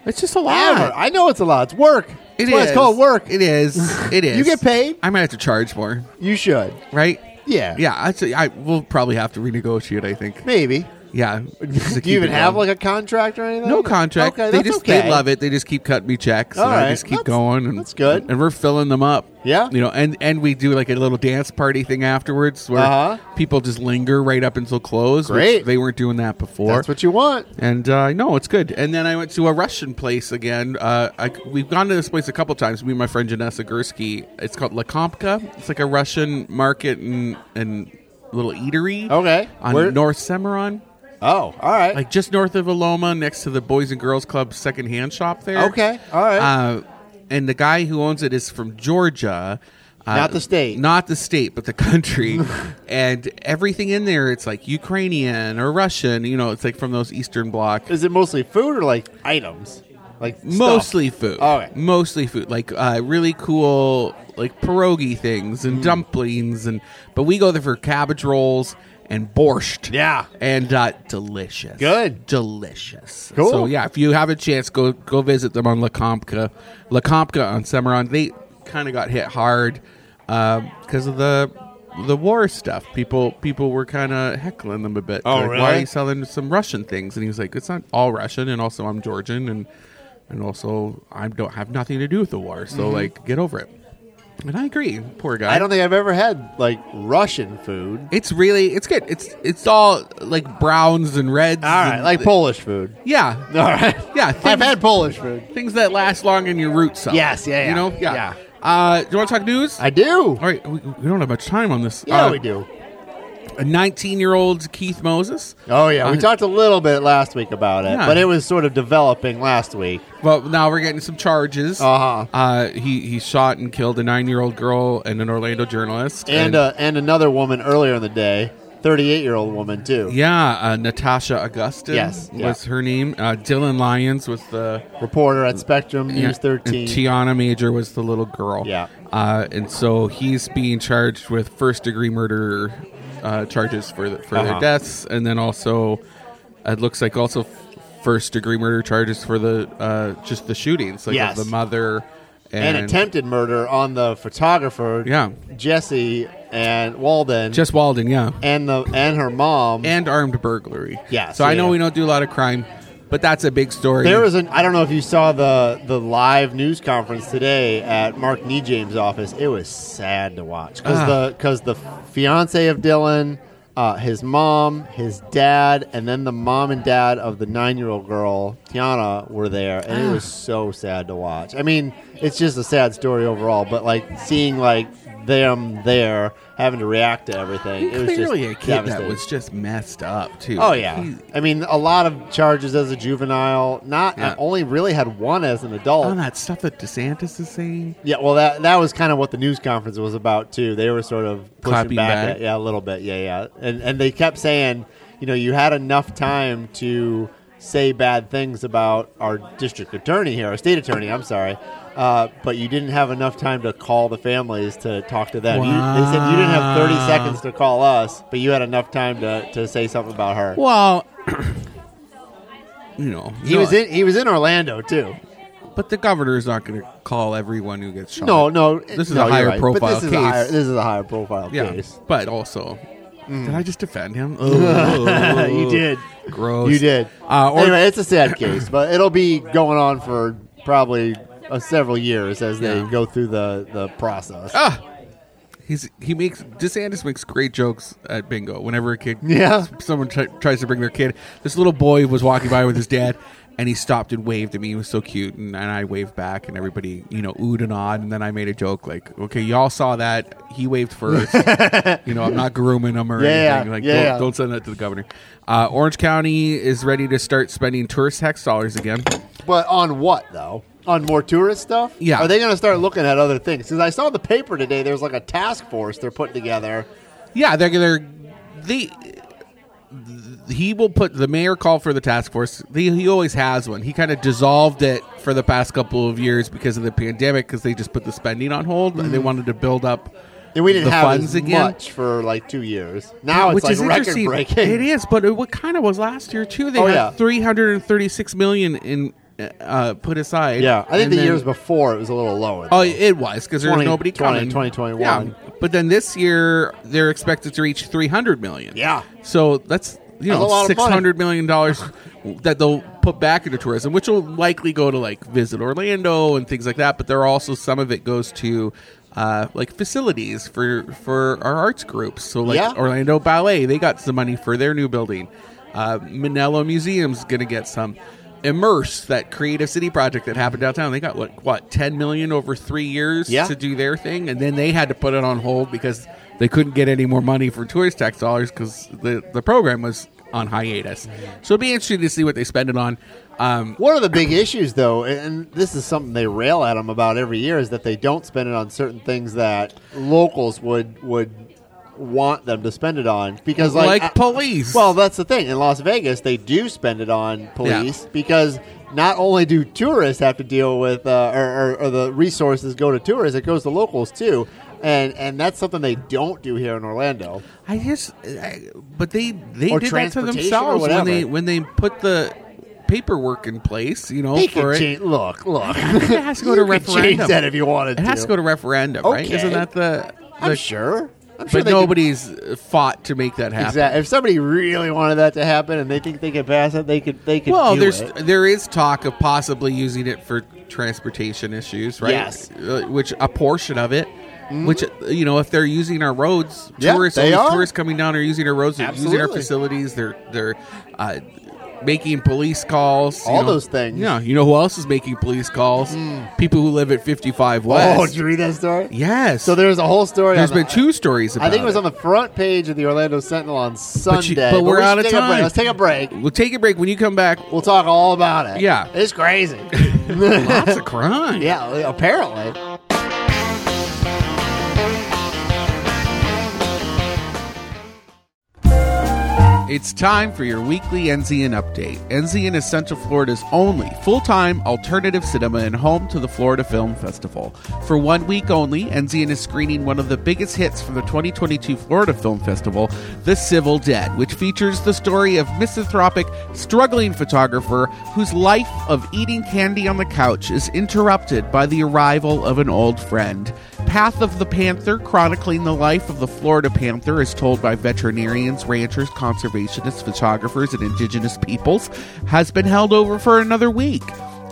[SPEAKER 2] it's just a lot.
[SPEAKER 1] Hour. I know it's a lot. It's work.
[SPEAKER 2] It
[SPEAKER 1] That's why
[SPEAKER 2] is.
[SPEAKER 1] It's called work.
[SPEAKER 2] It is. It is.
[SPEAKER 1] You get paid?
[SPEAKER 2] I might have to charge more,
[SPEAKER 1] You should.
[SPEAKER 2] right?
[SPEAKER 1] Yeah.
[SPEAKER 2] Yeah, I'd say I will probably have to renegotiate. I think.
[SPEAKER 1] Maybe.
[SPEAKER 2] Yeah.
[SPEAKER 1] Do you even have like a contract or anything?
[SPEAKER 2] No contract.
[SPEAKER 1] Okay,
[SPEAKER 2] they
[SPEAKER 1] that's
[SPEAKER 2] just
[SPEAKER 1] okay.
[SPEAKER 2] they love it. They just keep cutting me checks.
[SPEAKER 1] All
[SPEAKER 2] and
[SPEAKER 1] right.
[SPEAKER 2] I just keep
[SPEAKER 1] That's-
[SPEAKER 2] going. And,
[SPEAKER 1] that's good.
[SPEAKER 2] And we're filling them up.
[SPEAKER 1] Yeah.
[SPEAKER 2] You know, and and we do like a little dance party thing afterwards where
[SPEAKER 1] Uh-huh.
[SPEAKER 2] people just linger right up until close. which
[SPEAKER 1] Great.
[SPEAKER 2] they weren't doing that before.
[SPEAKER 1] That's what you want.
[SPEAKER 2] and uh, no, it's good. And then I went to a Russian place again. Uh, I, we've gone to this place a couple times. Me and my friend Janessa Gursky. It's called La Kompka. It's like a Russian market and and little eatery.
[SPEAKER 1] Okay.
[SPEAKER 2] On
[SPEAKER 1] Where-
[SPEAKER 2] North Cimarron
[SPEAKER 1] Oh, all right.
[SPEAKER 2] like just north of Aloma, next to the Boys and Girls Club secondhand shop there.
[SPEAKER 1] Okay, all right.
[SPEAKER 2] Uh, and the guy who owns it is from Georgia. Uh,
[SPEAKER 1] Not the state.
[SPEAKER 2] Not the state, but the country. and everything in there, it's like Ukrainian or Russian. You know, it's like from those Eastern Bloc.
[SPEAKER 1] Is it mostly food or like items? Like stuff?
[SPEAKER 2] Mostly food. Mm,
[SPEAKER 1] Okay.
[SPEAKER 2] Mostly food. Like uh, really cool, like pierogi things
[SPEAKER 1] Mm.
[SPEAKER 2] and dumplings, and but we go there for cabbage rolls and borscht.
[SPEAKER 1] Yeah.
[SPEAKER 2] and uh, delicious.
[SPEAKER 1] Good.
[SPEAKER 2] delicious.
[SPEAKER 1] Cool.
[SPEAKER 2] So yeah, if you have a chance, go go visit them on La Compca, La Compca on Cimarron. They kind uh, of got hit hard because of the the war stuff. People people were kind of heckling them a bit.
[SPEAKER 6] Oh,
[SPEAKER 2] like,
[SPEAKER 6] really?
[SPEAKER 2] Why are you selling some Russian things? And he was like, it's not all Russian, and also I'm Georgian, and and also I don't have nothing to do with the war. So like, get over it. And I agree. Poor guy.
[SPEAKER 1] Mm-hmm. I don't think I've ever had like Russian food.
[SPEAKER 2] It's really it's good. It's it's all like browns and reds.
[SPEAKER 1] All right,
[SPEAKER 2] and-
[SPEAKER 1] like Polish food.
[SPEAKER 2] yeah,
[SPEAKER 1] All right.
[SPEAKER 2] yeah. Things,
[SPEAKER 1] I've had Polish food.
[SPEAKER 2] things that last long in your roots. Up.
[SPEAKER 1] Yes, yeah, yeah,
[SPEAKER 2] You know, yeah.
[SPEAKER 1] yeah.
[SPEAKER 2] Uh, do you want to talk news?
[SPEAKER 1] I do.
[SPEAKER 2] all right, we, we don't have much time on this.
[SPEAKER 1] Yeah,
[SPEAKER 2] Uh,
[SPEAKER 1] we do.
[SPEAKER 2] A 19 year old Keith Moses.
[SPEAKER 1] Oh yeah, we
[SPEAKER 2] Uh,
[SPEAKER 1] talked a little bit last week about it,
[SPEAKER 2] Yeah.
[SPEAKER 1] but it was sort of developing last week.
[SPEAKER 2] Well, now we're getting some charges.
[SPEAKER 1] Uh-huh.
[SPEAKER 2] Uh, he he shot and killed a nine year old girl and an Orlando journalist
[SPEAKER 1] and uh, and another woman earlier in the day, thirty-eight year old woman too.
[SPEAKER 2] yeah, uh, Natasha Augustin
[SPEAKER 1] Yes, yeah.
[SPEAKER 2] was her name. Uh, Dylan Lyons was the
[SPEAKER 1] Reporter at Spectrum
[SPEAKER 2] Yeah,
[SPEAKER 1] News thirteen.
[SPEAKER 2] And Tiana Major was the little girl.
[SPEAKER 1] Yeah.
[SPEAKER 2] Uh, and so he's being charged with first degree murder uh, charges for the, for their
[SPEAKER 1] Uh-huh.
[SPEAKER 2] deaths, and then also uh, it looks like also f- first degree murder charges for the uh, just the shootings, like
[SPEAKER 1] Yes.
[SPEAKER 2] of the mother
[SPEAKER 1] and
[SPEAKER 2] and,
[SPEAKER 1] attempted murder on the photographer,
[SPEAKER 2] Yeah.
[SPEAKER 1] Jesse and Walden,
[SPEAKER 2] Jess Walden, yeah,
[SPEAKER 1] and the and her mom.
[SPEAKER 2] and armed burglary.
[SPEAKER 1] Yeah,
[SPEAKER 2] So
[SPEAKER 1] so
[SPEAKER 2] I know
[SPEAKER 1] yeah.
[SPEAKER 2] we don't do a lot of crime, but that's a big story.
[SPEAKER 1] there was an I don't know if you saw the the live news conference today at Mark Neejames' office. It was sad to watch because
[SPEAKER 2] Ah.
[SPEAKER 1] the because the fiance of Dylan. Uh, his mom, his dad, and then the mom and dad of the nine-year-old girl Tiana were there, and it was
[SPEAKER 2] Ah.
[SPEAKER 1] so sad to watch. I mean, it's just a sad story overall, but like seeing like them there having to react to everything, it was
[SPEAKER 2] clearly
[SPEAKER 1] just
[SPEAKER 2] a kid that
[SPEAKER 1] devastating.
[SPEAKER 2] was just messed up too.
[SPEAKER 1] Oh yeah,
[SPEAKER 2] He-
[SPEAKER 1] I mean a lot of charges as a juvenile. Not
[SPEAKER 2] Yeah. Oh,
[SPEAKER 1] I only really had one as an adult.
[SPEAKER 2] all that stuff that DeSantis is saying.
[SPEAKER 1] yeah, well that that was kind of what the news conference was about too. They were sort of pushing
[SPEAKER 2] Clapping
[SPEAKER 1] back,
[SPEAKER 2] back.
[SPEAKER 1] At, yeah, a little bit, yeah, yeah, and and they kept saying, you know, you had enough time to say bad things about our district attorney here, our state attorney. I'm sorry. Uh, but you didn't have enough time to call the families to talk to them. You, they said you didn't have 30
[SPEAKER 2] Wow.
[SPEAKER 1] seconds to call us, but you had enough time to, to say something about her.
[SPEAKER 2] Well, you know,
[SPEAKER 1] He
[SPEAKER 2] no,
[SPEAKER 1] was in. He was in Orlando too.
[SPEAKER 2] but the governor is not going to call everyone who gets shot.
[SPEAKER 1] No, no.
[SPEAKER 2] This is
[SPEAKER 1] no,
[SPEAKER 2] a
[SPEAKER 1] you're
[SPEAKER 2] higher
[SPEAKER 1] right.
[SPEAKER 2] profile
[SPEAKER 1] but this Is a
[SPEAKER 2] case.
[SPEAKER 1] higher, this is a higher profile
[SPEAKER 2] yeah,
[SPEAKER 1] case.
[SPEAKER 2] but also, did I just defend him? Oh,
[SPEAKER 1] Mm. you did.
[SPEAKER 2] Gross.
[SPEAKER 1] You did.
[SPEAKER 2] Uh, or-
[SPEAKER 1] anyway, it's a sad case, but it'll be going on for probably uh, several years as they
[SPEAKER 2] Yeah.
[SPEAKER 1] go through the the process.
[SPEAKER 2] Ah, he's he makes DeSantis makes great jokes at bingo. Whenever a kid,
[SPEAKER 1] Yeah.
[SPEAKER 2] someone try tries to bring their kid. This little boy was walking by with his dad, and he stopped and waved at me. He was so cute, and, and I waved back, and everybody you know oohed and awed. And then I made a joke like, "Okay, y'all saw that he waved first. you know, I'm not grooming him or
[SPEAKER 1] Yeah, yeah,
[SPEAKER 2] anything. Like,
[SPEAKER 1] yeah,
[SPEAKER 2] don't,
[SPEAKER 1] yeah.
[SPEAKER 2] don't send that to the governor." Uh, Orange County is ready to start spending tourist tax dollars again.
[SPEAKER 1] But on what though? On more tourist stuff?
[SPEAKER 2] Yeah.
[SPEAKER 1] Are they going to start looking at other things? Because I saw the paper today. There's like a task force they're putting together.
[SPEAKER 2] Yeah, they're they're they. He will put the mayor called for the task force. He, he always has one. He kind of dissolved it for the past couple of years because of the pandemic, because they just put the spending on hold and
[SPEAKER 1] Mm-hmm.
[SPEAKER 2] they wanted to build up.
[SPEAKER 1] And we didn't
[SPEAKER 2] The
[SPEAKER 1] have
[SPEAKER 2] funds
[SPEAKER 1] as
[SPEAKER 2] again?
[SPEAKER 1] much for like two years. Now
[SPEAKER 2] Which
[SPEAKER 1] it's
[SPEAKER 2] is
[SPEAKER 1] like record
[SPEAKER 2] interesting.
[SPEAKER 1] breaking.
[SPEAKER 2] It is, but it, what kind of was last year too? They
[SPEAKER 1] Oh,
[SPEAKER 2] had
[SPEAKER 1] yeah.
[SPEAKER 2] three hundred and thirty-six million in uh, put aside.
[SPEAKER 1] Yeah, I think
[SPEAKER 2] And
[SPEAKER 1] the
[SPEAKER 2] then-
[SPEAKER 1] years before it was a little lower.
[SPEAKER 2] Oh,
[SPEAKER 1] though.
[SPEAKER 2] it was because there was
[SPEAKER 1] 20,
[SPEAKER 2] nobody
[SPEAKER 1] 20,
[SPEAKER 2] coming.
[SPEAKER 1] 2021.
[SPEAKER 2] Yeah, but then this year they're expected to reach three hundred million.
[SPEAKER 1] Yeah.
[SPEAKER 2] so that's you
[SPEAKER 1] That's a
[SPEAKER 2] know
[SPEAKER 1] lot of
[SPEAKER 2] six
[SPEAKER 1] money.
[SPEAKER 2] hundred million dollars that they'll put back into tourism, which will likely go to like visit Orlando and things like that. But there are also some of it goes to. Uh, like facilities for for our arts groups. So like
[SPEAKER 1] Yeah.
[SPEAKER 2] Orlando Ballet, they got some money for their new building. Uh, Manello Museum's gonna get some. Immerse, that creative city project that happened downtown, they got what what ten million over three years
[SPEAKER 1] Yeah.
[SPEAKER 2] to do their thing, and then they had to put it on hold because they couldn't get any more money for tourist tax dollars because the the program was on hiatus. So it'd be interesting to see what they spend it on. Um,
[SPEAKER 1] One of the big issues, though, and this is something they rail at them about every year, is that they don't spend it on certain things that locals would would want them to spend it on because, like, uh,
[SPEAKER 2] Like police.
[SPEAKER 1] Well, that's the thing. In Las Vegas, they do spend it on police because not only do tourists have to deal with, uh, or, or, or the resources go to tourists, it goes to locals too, and and that's something they don't do here in Orlando.
[SPEAKER 2] I just, I, but they they
[SPEAKER 1] Or
[SPEAKER 2] did that to
[SPEAKER 1] transportation or
[SPEAKER 2] themselves when they
[SPEAKER 1] whatever.
[SPEAKER 2] when they put the paperwork in place. You know,
[SPEAKER 1] They
[SPEAKER 2] for
[SPEAKER 1] could
[SPEAKER 2] it.
[SPEAKER 1] change. Look, look.
[SPEAKER 2] it has to go to
[SPEAKER 1] You could
[SPEAKER 2] referendum.
[SPEAKER 1] change that if you wanted
[SPEAKER 2] It has to go to referendum, right?
[SPEAKER 1] Okay.
[SPEAKER 2] Isn't that the? the
[SPEAKER 1] I'm sure. I'm sure
[SPEAKER 2] but
[SPEAKER 1] they could-
[SPEAKER 2] nobody's uh, fought to make that happen.
[SPEAKER 1] Exactly. If somebody really wanted that to happen and they think they could pass it, they could. They could.
[SPEAKER 2] Well,
[SPEAKER 1] do
[SPEAKER 2] there's
[SPEAKER 1] it.
[SPEAKER 2] there is talk of possibly using it for transportation issues, right?
[SPEAKER 1] Yes. Mm-hmm.
[SPEAKER 2] Uh, which a portion of it, which you know, if they're using our roads,
[SPEAKER 1] Yeah,
[SPEAKER 2] tourists,
[SPEAKER 1] they
[SPEAKER 2] all these
[SPEAKER 1] are.
[SPEAKER 2] tourists coming down are using our roads, they're using our
[SPEAKER 1] Absolutely.
[SPEAKER 2] facilities, they're they're uh, making police calls, you
[SPEAKER 1] All
[SPEAKER 2] know.
[SPEAKER 1] those things. Hmm.
[SPEAKER 2] Yeah, you know who else is making police calls? People who live at 55 West.
[SPEAKER 1] Oh, did you read that story?
[SPEAKER 2] yes.
[SPEAKER 1] So there's a whole story.
[SPEAKER 2] there's
[SPEAKER 1] on the-
[SPEAKER 2] been two stories about
[SPEAKER 1] I think it was on the front page of the Orlando Sentinel on Sunday.
[SPEAKER 2] you- but we're
[SPEAKER 1] we should
[SPEAKER 2] out of
[SPEAKER 1] take a break.
[SPEAKER 2] time.
[SPEAKER 1] Let's take a break.
[SPEAKER 2] We'll take a break. When you come back,
[SPEAKER 1] We'll talk all about it.
[SPEAKER 2] Yeah.
[SPEAKER 1] it's crazy.
[SPEAKER 2] lots of crime.
[SPEAKER 1] yeah, apparently.
[SPEAKER 2] It's time for your weekly Enzian update. Enzian is Central Florida's only full time alternative cinema and home to the Florida Film Festival. For one week only, Enzian is screening one of the biggest hits from the 2022 Florida Film Festival, The Civil Dead, which features the story of misanthropic, struggling photographer whose life of eating candy on the couch is interrupted by the arrival of an old friend. Path of the Panther, chronicling the life of the Florida panther, is told by veterinarians, ranchers, conservationists, photographers, and indigenous peoples, has been held over for another week.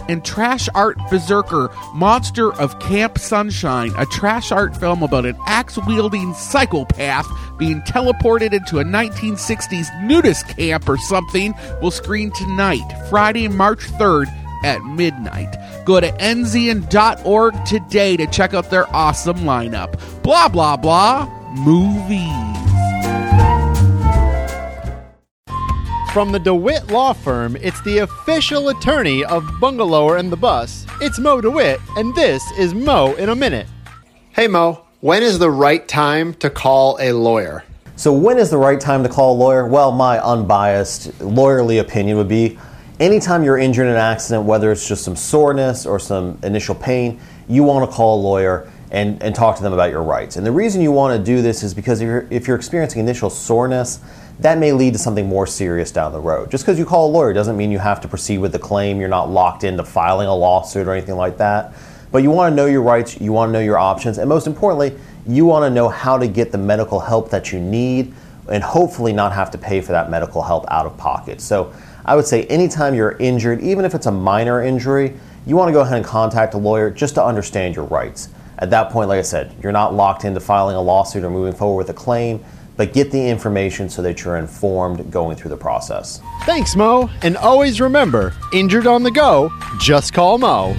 [SPEAKER 2] And Trash Art Berserker, Monster of Camp Sunshine, a trash art film about an axe wielding psychopath being teleported into a 1960s nudist camp or something, will screen tonight, Friday, March 3rd at midnight. Go to enzian.org today to check out their awesome lineup. Blah, blah, blah. Movies.
[SPEAKER 1] From the DeWitt Law Firm, it's the official attorney of Bungalower and the Bus. It's Mo DeWitt, and this is Mo in a Minute. Hey, Mo, when is the right time to call a lawyer?
[SPEAKER 6] So, when is the right time to call a lawyer? Well, my unbiased lawyerly opinion would be anytime you're injured in an accident, whether it's just some soreness or some initial pain, you want to call a lawyer and, and talk to them about your rights. And the reason you want to do this is because if you're, if you're experiencing initial soreness, that may lead to something more serious down the road. Just because you call a lawyer doesn't mean you have to proceed with the claim, you're not locked into filing a lawsuit or anything like that. But you want to know your rights, you want to know your options, and most importantly, you want to know how to get the medical help that you need and hopefully not have to pay for that medical help out of pocket. So I would say anytime you're injured, even if it's a minor injury, you want to go ahead and contact a lawyer just to understand your rights. At that point, like I said, you're not locked into filing a lawsuit or moving forward with a claim, but get the information so that you're informed going through the process.
[SPEAKER 1] Thanks, Mo, and always remember injured on the go, just call Mo.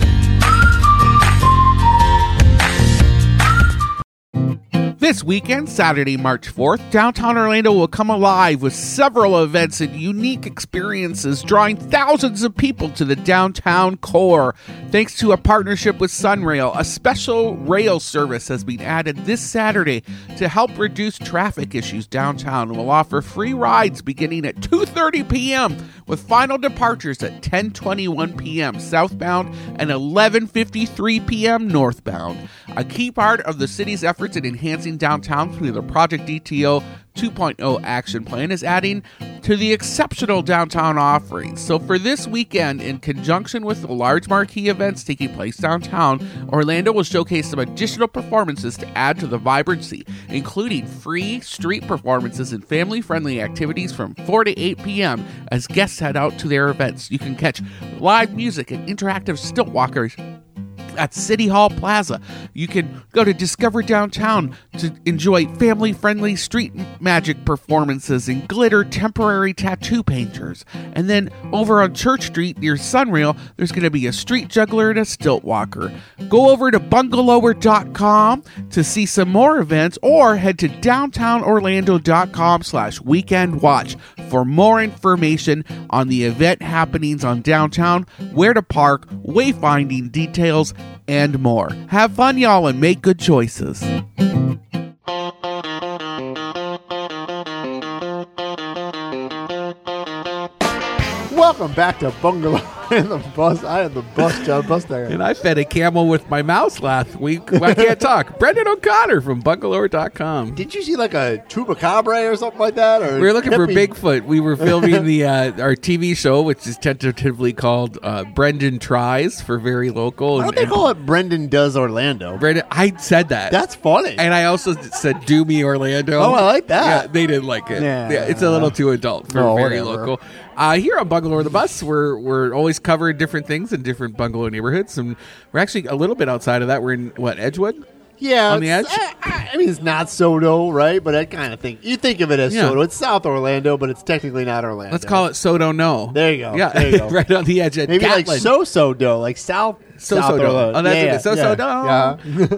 [SPEAKER 2] This weekend, Saturday, March 4th, downtown Orlando will come alive with several events and unique experiences, drawing thousands of people to the downtown core. Thanks to a partnership with Sunrail, a special rail service has been added this Saturday to help reduce traffic issues downtown and will offer free rides beginning at 2.30 p.m. with final departures at 10.21 p.m. southbound and 11.53 p.m. northbound. A key part of the city's efforts in enhancing downtown through the Project DTO 2.0 action plan is adding to the exceptional downtown offerings. So, for this weekend, in conjunction with the large marquee events taking place downtown, Orlando will showcase some additional performances to add to the vibrancy, including free street performances and family friendly activities from 4 to 8 p.m. as guests head out to their events. You can catch live music and interactive stilt walkers at City Hall Plaza. You can go to Discover Downtown to enjoy family friendly street magic performances and glitter temporary tattoo painters. And then over on Church Street near Sunrail, there's going to be a street juggler and a stilt walker. Go over to bungalower.com to see some more events or head to downtownorlando.com slash weekend watch for more information on the event happenings on downtown, where to park, wayfinding details, and more. Have fun, y'all, and make good choices.
[SPEAKER 1] Welcome back to Bungalow. in the bus. I had the bus job, bus there.
[SPEAKER 2] And I fed a camel with my mouse last week. I can't talk. Brendan O'Connor from bungalow.com.
[SPEAKER 1] Did you see like a chupacabra or something like that? Or
[SPEAKER 2] we were looking for
[SPEAKER 1] hippie?
[SPEAKER 2] Bigfoot. We were filming the uh, our TV show, which is tentatively called uh, Brendan Tries for very local.
[SPEAKER 1] Why don't they call it Brendan Does Orlando?
[SPEAKER 2] Brendan, I said that.
[SPEAKER 1] That's funny.
[SPEAKER 2] and I also said "Do me Orlando."
[SPEAKER 1] Oh, I like that.
[SPEAKER 2] Yeah, they didn't like it.
[SPEAKER 1] Yeah.
[SPEAKER 2] Yeah, it's a little too adult for
[SPEAKER 1] Oh,
[SPEAKER 2] very
[SPEAKER 1] whatever.
[SPEAKER 2] local. Uh, here on Bungalow or the Bus, we're we're always covering different things in different bungalow neighborhoods, and we're actually a little bit outside of that. We're in what Edgewood.
[SPEAKER 1] yeah,
[SPEAKER 2] on the
[SPEAKER 1] it's-
[SPEAKER 2] edge?
[SPEAKER 1] I, I- I mean, it's not Soto, right? But I kind of think you think of it as
[SPEAKER 2] Yeah.
[SPEAKER 1] Soto. It's South Orlando, but it's technically not Orlando.
[SPEAKER 2] Let's call it So Don't Know.
[SPEAKER 1] There you go.
[SPEAKER 2] Yeah,
[SPEAKER 1] There you go.
[SPEAKER 2] right on the edge. At
[SPEAKER 1] maybe like
[SPEAKER 2] Gatlin.
[SPEAKER 1] So So Do, like South
[SPEAKER 2] So
[SPEAKER 1] South
[SPEAKER 2] so
[SPEAKER 1] Orlando.
[SPEAKER 2] don't. Oh, that's
[SPEAKER 1] yeah,
[SPEAKER 2] okay. So
[SPEAKER 1] yeah,
[SPEAKER 2] so don't.
[SPEAKER 1] Yeah.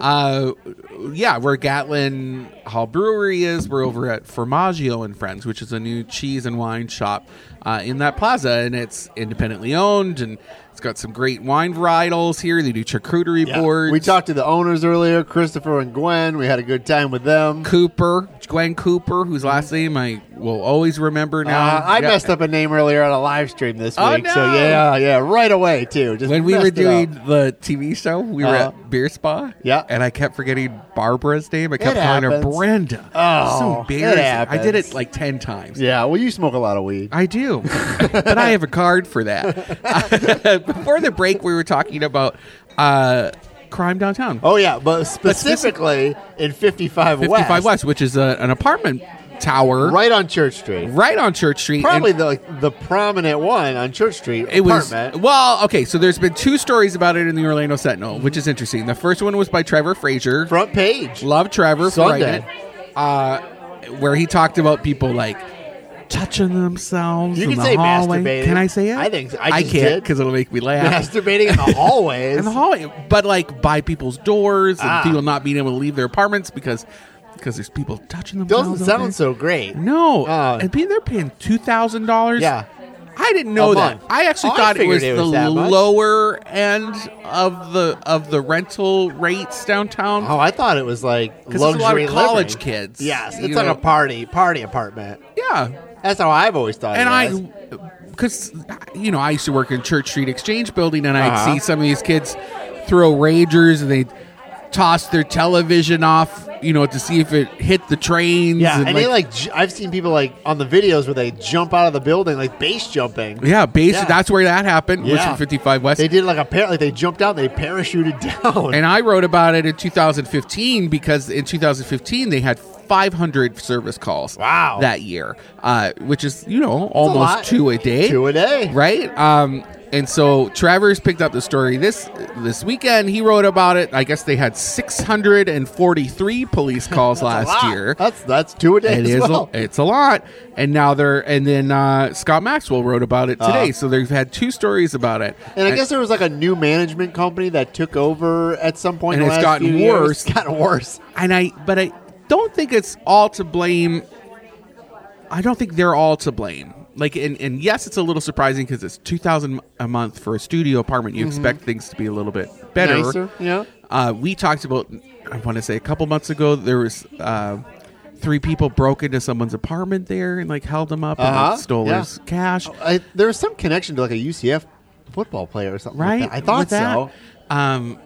[SPEAKER 2] uh, yeah, where Gatlin Hall Brewery is, we're over at Formaggio and Friends, which is a new cheese and wine shop uh, in that plaza, and it's independently owned, and it's got some great wine varietals here. They do charcuterie
[SPEAKER 1] Yeah.
[SPEAKER 2] boards.
[SPEAKER 1] We talked to the owners earlier, Christopher and Gwen. We had a good time with them.
[SPEAKER 2] Cooper, Gwen Cooper, whose last name I will always remember now.
[SPEAKER 1] Uh, I
[SPEAKER 2] Yeah.
[SPEAKER 1] messed up a name earlier on a live stream this week,
[SPEAKER 2] Oh,
[SPEAKER 1] so
[SPEAKER 2] no.
[SPEAKER 1] yeah, yeah, right away too. Just
[SPEAKER 2] when we were
[SPEAKER 1] messed it
[SPEAKER 2] doing
[SPEAKER 1] up.
[SPEAKER 2] the TV show, we were
[SPEAKER 1] Uh-huh.
[SPEAKER 2] at Beer Spa.
[SPEAKER 1] Yeah.
[SPEAKER 2] And I kept forgetting Barbara's name. I kept
[SPEAKER 1] It
[SPEAKER 2] calling
[SPEAKER 1] happens.
[SPEAKER 2] her Brenda.
[SPEAKER 1] Oh,
[SPEAKER 2] so
[SPEAKER 1] it
[SPEAKER 2] embarrassing. I did
[SPEAKER 1] happens.
[SPEAKER 2] it like 10 times.
[SPEAKER 1] yeah, well, you smoke a lot of weed.
[SPEAKER 2] I do. but I have a card for that. Before the break, we were talking about uh, crime downtown.
[SPEAKER 1] Oh yeah, but specifically in 55,
[SPEAKER 2] 55 West, which is a, an apartment tower right,
[SPEAKER 1] right on Church Street.
[SPEAKER 2] on Church Street.
[SPEAKER 1] Probably
[SPEAKER 2] And
[SPEAKER 1] the like, the prominent one on Church Street.
[SPEAKER 2] it was
[SPEAKER 1] apartment.
[SPEAKER 2] well okay so there's been two stories about it in the orlando sentinel which is interesting the first one was by trevor frazier
[SPEAKER 1] front page.
[SPEAKER 2] Love Trevor for
[SPEAKER 1] Sunday.
[SPEAKER 2] writing it, uh, where he talked about people like touching themselves.
[SPEAKER 1] You
[SPEAKER 2] in
[SPEAKER 1] can
[SPEAKER 2] the
[SPEAKER 1] say
[SPEAKER 2] hallway.
[SPEAKER 1] masturbating.
[SPEAKER 2] Can I say it?
[SPEAKER 1] I think so. I just
[SPEAKER 2] can't
[SPEAKER 1] did.
[SPEAKER 2] because it'll make me laugh.
[SPEAKER 1] Masturbating in the hallways.
[SPEAKER 2] in the hallway, but like by people's doors and
[SPEAKER 1] Ah.
[SPEAKER 2] people not being able to leave their apartments because because there's people touching
[SPEAKER 1] Doesn't
[SPEAKER 2] themselves. out there.
[SPEAKER 1] sound so great.
[SPEAKER 2] No,
[SPEAKER 1] Oh.
[SPEAKER 2] and being they're paying two thousand dollars.
[SPEAKER 1] Yeah.
[SPEAKER 2] I didn't know
[SPEAKER 1] A
[SPEAKER 2] that.
[SPEAKER 1] month.
[SPEAKER 2] I actually
[SPEAKER 1] Oh, I
[SPEAKER 2] thought it
[SPEAKER 1] figured
[SPEAKER 2] was
[SPEAKER 1] it
[SPEAKER 2] the
[SPEAKER 1] was that much.
[SPEAKER 2] lower end of the of the rental rates downtown.
[SPEAKER 1] Oh, I thought it was like
[SPEAKER 2] there's a lot of
[SPEAKER 1] luxury
[SPEAKER 2] college
[SPEAKER 1] living.
[SPEAKER 2] kids,
[SPEAKER 1] Yes,
[SPEAKER 2] you
[SPEAKER 1] it's like
[SPEAKER 2] know.
[SPEAKER 1] a party party apartment.
[SPEAKER 2] Yeah,
[SPEAKER 1] That's how I've always thought.
[SPEAKER 2] and
[SPEAKER 1] it
[SPEAKER 2] I,
[SPEAKER 1] was.
[SPEAKER 2] because you know, I used to work in Church Street Exchange Building, and
[SPEAKER 1] Uh-huh.
[SPEAKER 2] I'd see some of these kids throw ragers, and they would toss their television off, you know, to see if it hit the trains.
[SPEAKER 1] Yeah,
[SPEAKER 2] and
[SPEAKER 1] and they like j- I've seen people like on the videos where they jump out of the building like base jumping.
[SPEAKER 2] yeah, base.
[SPEAKER 1] Yeah.
[SPEAKER 2] That's where that happened. Which
[SPEAKER 1] Yeah.
[SPEAKER 2] in fifty five West.
[SPEAKER 1] They did like apparently they jumped out, they parachuted down.
[SPEAKER 2] and I wrote about it in 2015 because in 2015 they had 500 service calls.
[SPEAKER 1] Wow.
[SPEAKER 2] that year, uh, which is you know
[SPEAKER 1] It's a lot.
[SPEAKER 2] almost two a day.
[SPEAKER 1] Two a day.
[SPEAKER 2] right? Um, and so Travers picked up the story this this weekend. He wrote about it. I guess they had 643 police calls last
[SPEAKER 1] Wow.
[SPEAKER 2] year.
[SPEAKER 1] That's that's two a day
[SPEAKER 2] It
[SPEAKER 1] as
[SPEAKER 2] is
[SPEAKER 1] well.
[SPEAKER 2] a, it's a lot. And now they're and then uh, Scott Maxwell wrote about it today. so they've had two stories about it.
[SPEAKER 1] Uh-huh. and I guess there was like a new management company that took over at some point.
[SPEAKER 2] And
[SPEAKER 1] in the
[SPEAKER 2] it's
[SPEAKER 1] last
[SPEAKER 2] gotten
[SPEAKER 1] few years.
[SPEAKER 2] worse.
[SPEAKER 1] It's gotten worse.
[SPEAKER 2] and I but I don't think it's all to blame. I don't think they're all to blame. Like and, and yes, it's a little surprising because it's two thousand a month for a studio apartment. You expect things to be a little bit better.
[SPEAKER 1] Mm-hmm. Nicer, yeah.
[SPEAKER 2] Uh, we talked about I want to say a couple months ago there was uh, three people broke into someone's apartment there and like held them up and
[SPEAKER 1] Uh-huh,
[SPEAKER 2] like, stole
[SPEAKER 1] yeah.
[SPEAKER 2] his cash.
[SPEAKER 1] I, there was some connection to like a UCF football player or something.
[SPEAKER 2] Right?
[SPEAKER 1] Like that. I thought
[SPEAKER 2] With that,
[SPEAKER 1] so.
[SPEAKER 2] Um,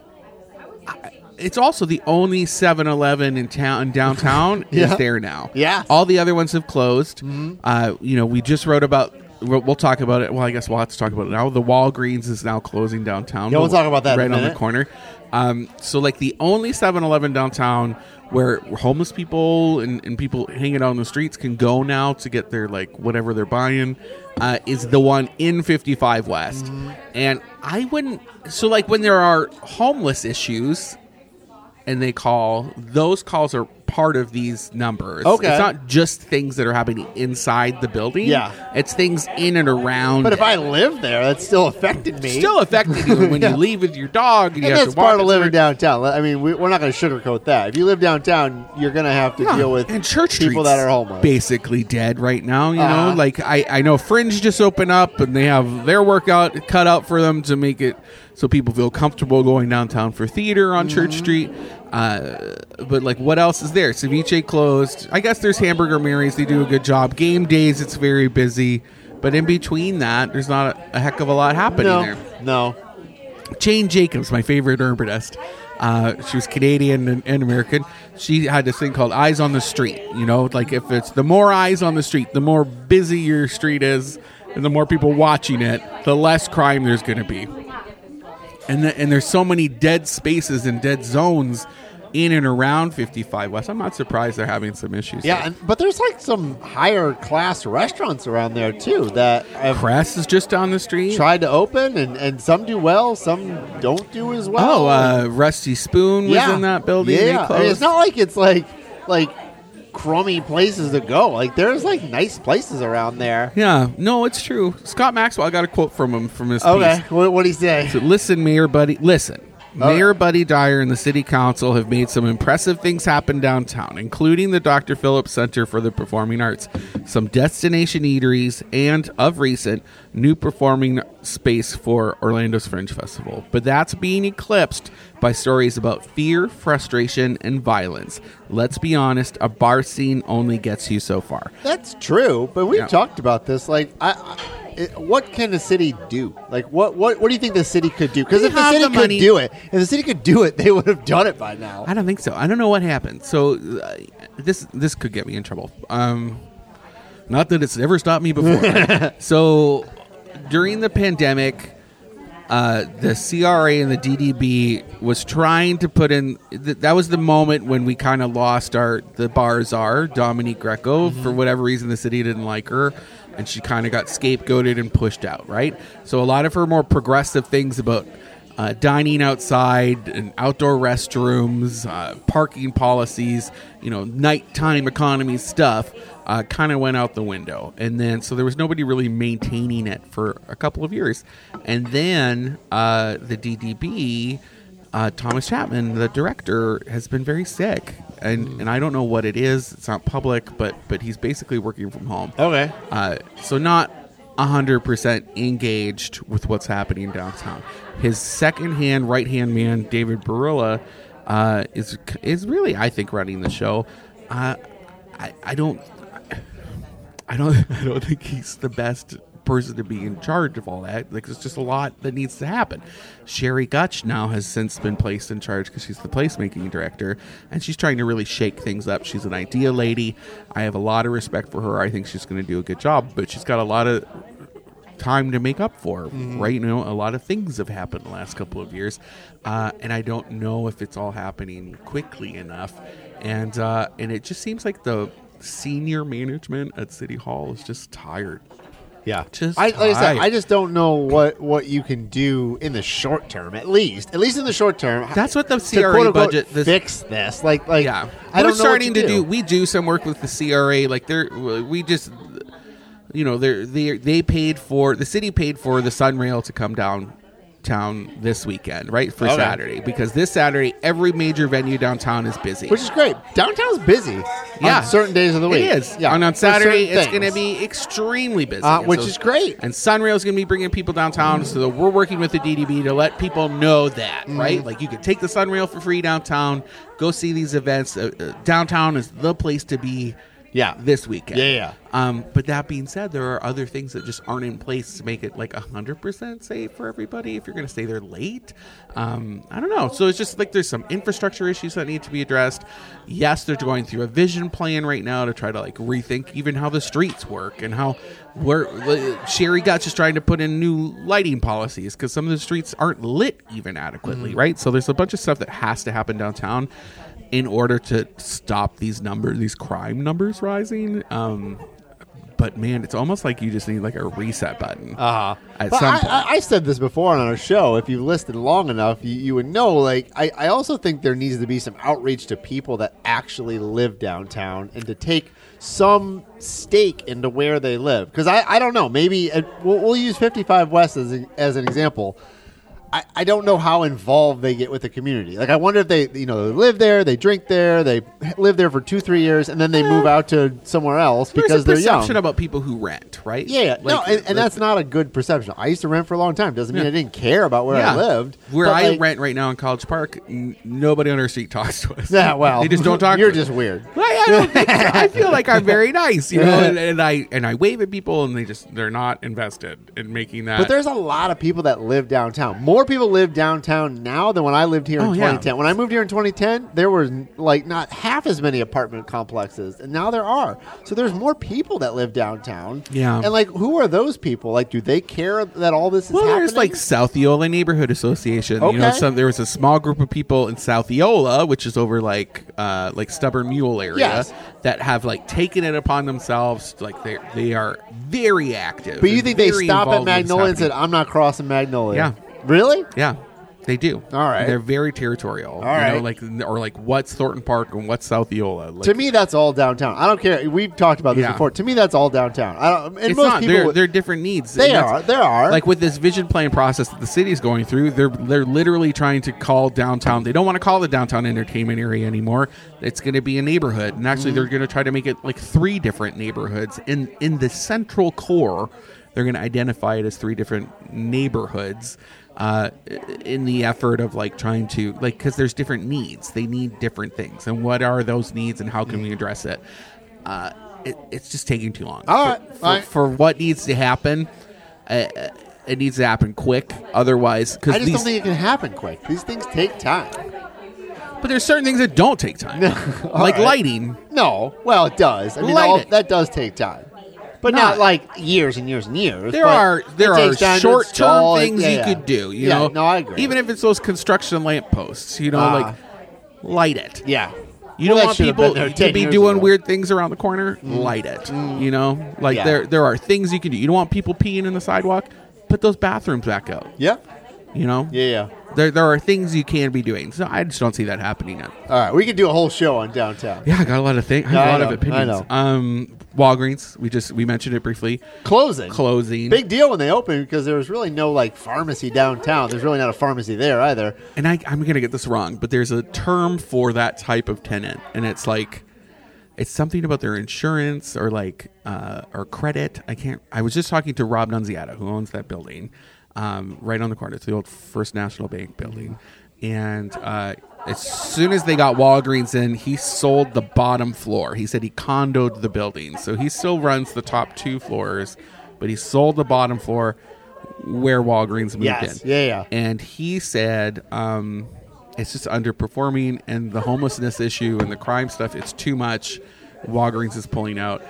[SPEAKER 2] I- it's also the only 7-Eleven in town in downtown
[SPEAKER 1] Yeah.
[SPEAKER 2] is there now.
[SPEAKER 1] Yeah. Mm-hmm.
[SPEAKER 2] all the other ones have closed. Uh, you know, we just wrote about. We'll we'll talk about it. Well, I guess we'll have to talk about it now. The Walgreens is now closing downtown.
[SPEAKER 1] Yeah, we'll talk about that in a
[SPEAKER 2] right on the
[SPEAKER 1] minute.
[SPEAKER 2] corner. Um, so, like the only 7-Eleven downtown where homeless people and, and people hanging out on the streets can go now to get their like whatever they're buying uh, is the one in 55 West.
[SPEAKER 1] Mm-hmm.
[SPEAKER 2] And I wouldn't. So, like when there are homeless issues, and they call those calls are part of these numbers
[SPEAKER 1] Okay.
[SPEAKER 2] it's not just things that are happening inside the building
[SPEAKER 1] Yeah.
[SPEAKER 2] it's things in and around
[SPEAKER 1] But if I lived there, that still affected me.
[SPEAKER 2] still affected you when you leave with your dog and, you
[SPEAKER 1] and
[SPEAKER 2] have
[SPEAKER 1] that's
[SPEAKER 2] to walk
[SPEAKER 1] part of
[SPEAKER 2] it
[SPEAKER 1] living
[SPEAKER 2] through-
[SPEAKER 1] downtown. I mean, we, we're not going to sugarcoat that. If you live downtown, you're going to have to
[SPEAKER 2] Yeah,
[SPEAKER 1] deal with
[SPEAKER 2] and church
[SPEAKER 1] people
[SPEAKER 2] Street's
[SPEAKER 1] that are homeless.
[SPEAKER 2] basically dead right now you
[SPEAKER 1] Uh-huh.
[SPEAKER 2] know like I, I know fringe just opened up and they have their workout cut out for them to make it so people feel comfortable going downtown for theater on
[SPEAKER 1] Mm-hmm.
[SPEAKER 2] church street uh, but like what else is there ceviche closed i guess there's hamburger mary's they do a good job game days it's very busy But in between that, there's not a, a heck of a lot happening
[SPEAKER 1] No,
[SPEAKER 2] there.
[SPEAKER 1] no.
[SPEAKER 2] Jane Jacobs, my favorite herbalist. Uh, she was Canadian and, and American. She had this thing called Eyes on the Street. You know, like if it's the more eyes on the street, the more busy your street is, and the more people watching it, the less crime there's going to be. And the, and there's so many dead spaces and dead zones in and around 55 West. I'm not surprised they're having some issues.
[SPEAKER 1] Yeah, and, but there's like some higher class restaurants around there too that have
[SPEAKER 2] Crest is just down the street.
[SPEAKER 1] tried to open, and, and some do well, some don't do as well.
[SPEAKER 2] Oh, uh, Rusty Spoon was in that building. They
[SPEAKER 1] Yeah, I mean,
[SPEAKER 2] closed.
[SPEAKER 1] it's not like it's like like crummy places to go. Like there's like nice places around there.
[SPEAKER 2] Yeah, no, it's true. Scott Maxwell, I got a quote from him from his
[SPEAKER 1] Okay,
[SPEAKER 2] piece.
[SPEAKER 1] what what do you say?
[SPEAKER 2] So listen, Mayor Buddy, listen. Mayor Buddy Dyer and the City Council have made some impressive things happen downtown, including the Dr. Phillips Center for the Performing Arts, some destination eateries, and of recent, new performing space for Orlando's Fringe Festival. But that's being eclipsed by stories about fear, frustration, and violence. Let's be honest, a bar scene only gets you so far.
[SPEAKER 1] That's true, but we've
[SPEAKER 2] Yeah.
[SPEAKER 1] talked about this. Like, I, I it, what can the city do? Like, what, what, what do you think the city could do? Because
[SPEAKER 2] We
[SPEAKER 1] if the
[SPEAKER 2] have
[SPEAKER 1] city
[SPEAKER 2] the
[SPEAKER 1] could
[SPEAKER 2] money.
[SPEAKER 1] do it, if the city could do it, they would have done it by now.
[SPEAKER 2] I don't think so. I don't know what happened. So uh, this this could get me in trouble. Um, not that it's ever stopped me before. so during the pandemic, uh, the CRA and the DDB was trying to put in. Th- that was the moment when we kind of lost our the bar czar Dominique Greco for whatever reason the city didn't like her, and she kind of got scapegoated and pushed out. Right. So a lot of her more progressive things about uh, dining outside and outdoor restrooms, uh, parking policies, you know, nighttime economy stuff, uh, kind of went out the window. And then, so there was nobody really maintaining it for a couple of years. And then uh, the DDB, uh, Thomas Chapman, the director, has been very sick. And, and I don't know what it is. It's not public, but but he's basically working from home.
[SPEAKER 1] Okay.
[SPEAKER 2] Uh, so not 100% engaged with what's happening downtown. His second hand, right hand man, David Barilla, uh, is is really, I think, running the show. Uh, I, I don't, I don't, I don't think he's the best person to be in charge of all that. Like, there's just a lot that needs to happen. Sherry Gutch now has since been placed in charge because she's the placemaking director, and she's trying to really shake things up. She's an idea lady. I have a lot of respect for her. I think she's going to do a good job, but she's got a lot of time to make up for,
[SPEAKER 1] Mm-hmm.
[SPEAKER 2] right? You know, a lot of things have happened in the last couple of years, uh, and I don't know if it's all happening quickly enough. And uh, and it just seems like the senior management at City Hall is just tired.
[SPEAKER 1] Yeah,
[SPEAKER 2] Just
[SPEAKER 1] I, like I said,
[SPEAKER 2] tired.
[SPEAKER 1] I just don't know what what you can do in the short term. At least, at least in the short term,
[SPEAKER 2] That's what the
[SPEAKER 1] to
[SPEAKER 2] CRA
[SPEAKER 1] quote-unquote
[SPEAKER 2] budget- this-
[SPEAKER 1] fix this. Like, like
[SPEAKER 2] Yeah,
[SPEAKER 1] I don't
[SPEAKER 2] we're
[SPEAKER 1] know what
[SPEAKER 2] starting
[SPEAKER 1] to,
[SPEAKER 2] to do. We do some work with the CRA. Like they're we just, you know, they're they they paid for the city paid for the Sunrail to come down town this weekend, right for
[SPEAKER 1] Okay.
[SPEAKER 2] Saturday because this Saturday every major venue downtown is busy.
[SPEAKER 1] which is great. Downtown's busy.
[SPEAKER 2] yeah.
[SPEAKER 1] on certain days of the week.
[SPEAKER 2] It is.
[SPEAKER 1] Yeah,
[SPEAKER 2] And on
[SPEAKER 1] for certain
[SPEAKER 2] Saturday, it's
[SPEAKER 1] things.
[SPEAKER 2] going to be extremely busy.
[SPEAKER 1] Uh,
[SPEAKER 2] And
[SPEAKER 1] which is great.
[SPEAKER 2] And Sunrail is going to be bringing people downtown. So we're working with the DDB to let people know that,
[SPEAKER 1] Mm-hmm.
[SPEAKER 2] right? Like you can take the Sunrail for free downtown, go see these events. Uh, uh, downtown is the place to be.
[SPEAKER 1] Yeah.
[SPEAKER 2] This weekend.
[SPEAKER 1] Yeah, yeah.
[SPEAKER 2] Um, but that being said, there are other things that just aren't in place to make it like 100% safe for everybody if you're going to stay there late. Um, I don't know. So it's just like there's some infrastructure issues that need to be addressed. Yes, they're going through a vision plan right now to try to like rethink even how the streets work and how where uh, Sherry got just trying to put in new lighting policies because some of the streets aren't lit even adequately,
[SPEAKER 1] Mm-hmm.
[SPEAKER 2] right? So there's a bunch of stuff that has to happen downtown in order to stop these number these crime numbers rising. Um, but man, it's almost like you just need like a reset button.
[SPEAKER 1] Uh-huh.
[SPEAKER 2] Uh At
[SPEAKER 1] But
[SPEAKER 2] some
[SPEAKER 1] I,
[SPEAKER 2] point,
[SPEAKER 1] I, I said this before on our show. If you listened long enough, you, you would know. Like, I, I also think there needs to be some outreach to people that actually live downtown and to take some stake into where they live. Because I, I don't know. Maybe uh we'll, we'll use 55 West as, a, as an example. I, I don't know how involved they get with the community. Like, I wonder if they, you know, they live there, they drink there, they live there for two, three years, and then they move out to somewhere else
[SPEAKER 2] Uh, There's
[SPEAKER 1] because
[SPEAKER 2] a
[SPEAKER 1] they're young.
[SPEAKER 2] perception about people who rent, right?
[SPEAKER 1] yeah, yeah. no,
[SPEAKER 2] Like,
[SPEAKER 1] and, and that's not a good perception. I used to rent for a long time. Doesn't mean
[SPEAKER 2] Yeah.
[SPEAKER 1] I didn't care about where I lived.
[SPEAKER 2] Where
[SPEAKER 1] but,
[SPEAKER 2] I
[SPEAKER 1] like-
[SPEAKER 2] rent right now in College Park, n- nobody on our street talks to us.
[SPEAKER 1] Yeah, well,
[SPEAKER 2] they just don't talk.
[SPEAKER 1] You're
[SPEAKER 2] to us.
[SPEAKER 1] just weird.
[SPEAKER 2] Like, I, don't think so. I feel like I'm very nice, you know, and, and I and I wave at people, and they just they're not invested in making that.
[SPEAKER 1] But there's a lot of people that live downtown. More people live downtown now than when I lived here in
[SPEAKER 2] Oh, yeah.
[SPEAKER 1] 2010. When I moved here in 2010, there were like not half as many apartment complexes, and now there are. So there's more people that live downtown.
[SPEAKER 2] Yeah.
[SPEAKER 1] And like, who are those people? Like, do they care that all this is
[SPEAKER 2] well,
[SPEAKER 1] happening?
[SPEAKER 2] there's like South Eola Neighborhood Association. You know,
[SPEAKER 1] Okay.
[SPEAKER 2] some, there was a small group of people in South Eola, which is over like uh, like Stubborn Mule area,
[SPEAKER 1] Yes.
[SPEAKER 2] that have like taken it upon themselves. Like they they are very active.
[SPEAKER 1] but you
[SPEAKER 2] and
[SPEAKER 1] think they
[SPEAKER 2] very
[SPEAKER 1] stop at
[SPEAKER 2] involved in what's
[SPEAKER 1] Magnolia and said,
[SPEAKER 2] happening.
[SPEAKER 1] "I'm not crossing Magnolia."
[SPEAKER 2] Yeah.
[SPEAKER 1] Really?
[SPEAKER 2] Yeah, they do.
[SPEAKER 1] All right.
[SPEAKER 2] And they're very territorial. you
[SPEAKER 1] right.
[SPEAKER 2] know, like or like what's Thornton Park and what's South Eola. Like,
[SPEAKER 1] To me, that's all downtown. I don't care. We've talked about this
[SPEAKER 2] Yeah.
[SPEAKER 1] before. To me, that's all downtown. I don't. And
[SPEAKER 2] it's
[SPEAKER 1] most
[SPEAKER 2] not.
[SPEAKER 1] people,
[SPEAKER 2] There,
[SPEAKER 1] would-
[SPEAKER 2] there are different needs.
[SPEAKER 1] They
[SPEAKER 2] And that's-
[SPEAKER 1] are. There are.
[SPEAKER 2] Like with this vision plan process that the city's going through, they're they're literally trying to call downtown. They don't want to call the downtown entertainment area anymore. It's going to be a neighborhood, and
[SPEAKER 1] Mm-hmm.
[SPEAKER 2] actually, they're going to try to make it like three different neighborhoods in in the central core. They're going to identify it as three different neighborhoods uh, in the effort of like trying to like because there's different needs. They need different things, and what are those needs, and how can
[SPEAKER 1] Mm-hmm.
[SPEAKER 2] we address it? Uh, it, it's just taking too long.
[SPEAKER 1] All
[SPEAKER 2] For-
[SPEAKER 1] right,
[SPEAKER 2] for,
[SPEAKER 1] all right.
[SPEAKER 2] for what needs to happen, uh, uh, it needs to happen quick. Otherwise,
[SPEAKER 1] I
[SPEAKER 2] because
[SPEAKER 1] just
[SPEAKER 2] these,
[SPEAKER 1] don't think it can happen quick. These things take time.
[SPEAKER 2] but there's certain things that don't take time, like
[SPEAKER 1] right.
[SPEAKER 2] lighting.
[SPEAKER 1] No. Well, it does. I mean, all,
[SPEAKER 2] Lighting.
[SPEAKER 1] that does take time, but
[SPEAKER 2] Not-
[SPEAKER 1] not, like years and years and years.
[SPEAKER 2] There
[SPEAKER 1] but
[SPEAKER 2] are
[SPEAKER 1] it
[SPEAKER 2] there are
[SPEAKER 1] takes time to
[SPEAKER 2] short term
[SPEAKER 1] install it.
[SPEAKER 2] things
[SPEAKER 1] Yeah,
[SPEAKER 2] you
[SPEAKER 1] yeah.
[SPEAKER 2] could do. You
[SPEAKER 1] Yeah,
[SPEAKER 2] know,
[SPEAKER 1] No, I agree.
[SPEAKER 2] Even if it's those construction lamp posts, you know,
[SPEAKER 1] Ah.
[SPEAKER 2] like light it.
[SPEAKER 1] yeah,
[SPEAKER 2] You
[SPEAKER 1] Well,
[SPEAKER 2] don't
[SPEAKER 1] that
[SPEAKER 2] want
[SPEAKER 1] should have
[SPEAKER 2] people
[SPEAKER 1] been there
[SPEAKER 2] to
[SPEAKER 1] 10
[SPEAKER 2] be
[SPEAKER 1] years
[SPEAKER 2] doing
[SPEAKER 1] ago. Mm.
[SPEAKER 2] weird things around the corner. Light it. You know, like
[SPEAKER 1] Yeah.
[SPEAKER 2] there there are things you can do. You don't want people peeing in the sidewalk. Put those bathrooms back out.
[SPEAKER 1] Yeah.
[SPEAKER 2] You know,
[SPEAKER 1] Yeah. Yeah.
[SPEAKER 2] there there are things you can be doing. So I just don't see that happening yet.
[SPEAKER 1] All right. We could do a whole show on downtown.
[SPEAKER 2] Yeah, I got a lot of things. I
[SPEAKER 1] Yeah,
[SPEAKER 2] have a
[SPEAKER 1] I
[SPEAKER 2] lot
[SPEAKER 1] know,
[SPEAKER 2] of
[SPEAKER 1] I
[SPEAKER 2] opinions.
[SPEAKER 1] know.
[SPEAKER 2] Um, Walgreens. We just we mentioned it briefly.
[SPEAKER 1] Closing.
[SPEAKER 2] Closing.
[SPEAKER 1] Big deal when they opened because there was really no like pharmacy downtown. There's really not a pharmacy there either.
[SPEAKER 2] And I, I'm gonna get this wrong, but there's a term for that type of tenant, and it's like it's something about their insurance or like uh, or credit. I can't. I was just talking to Rob Nunziata, who owns that building, um, right on the corner. It's the old First National Bank building, and uh, as soon as they got Walgreens in, he sold the bottom floor. He said he condoed the building, so he still runs the top two floors, but he sold the bottom floor where Walgreens moved
[SPEAKER 1] Yes.
[SPEAKER 2] in.
[SPEAKER 1] Yeah, yeah.
[SPEAKER 2] And he said um, it's just underperforming, and the homelessness issue and the crime stuff, it's too much. Walgreens is pulling out.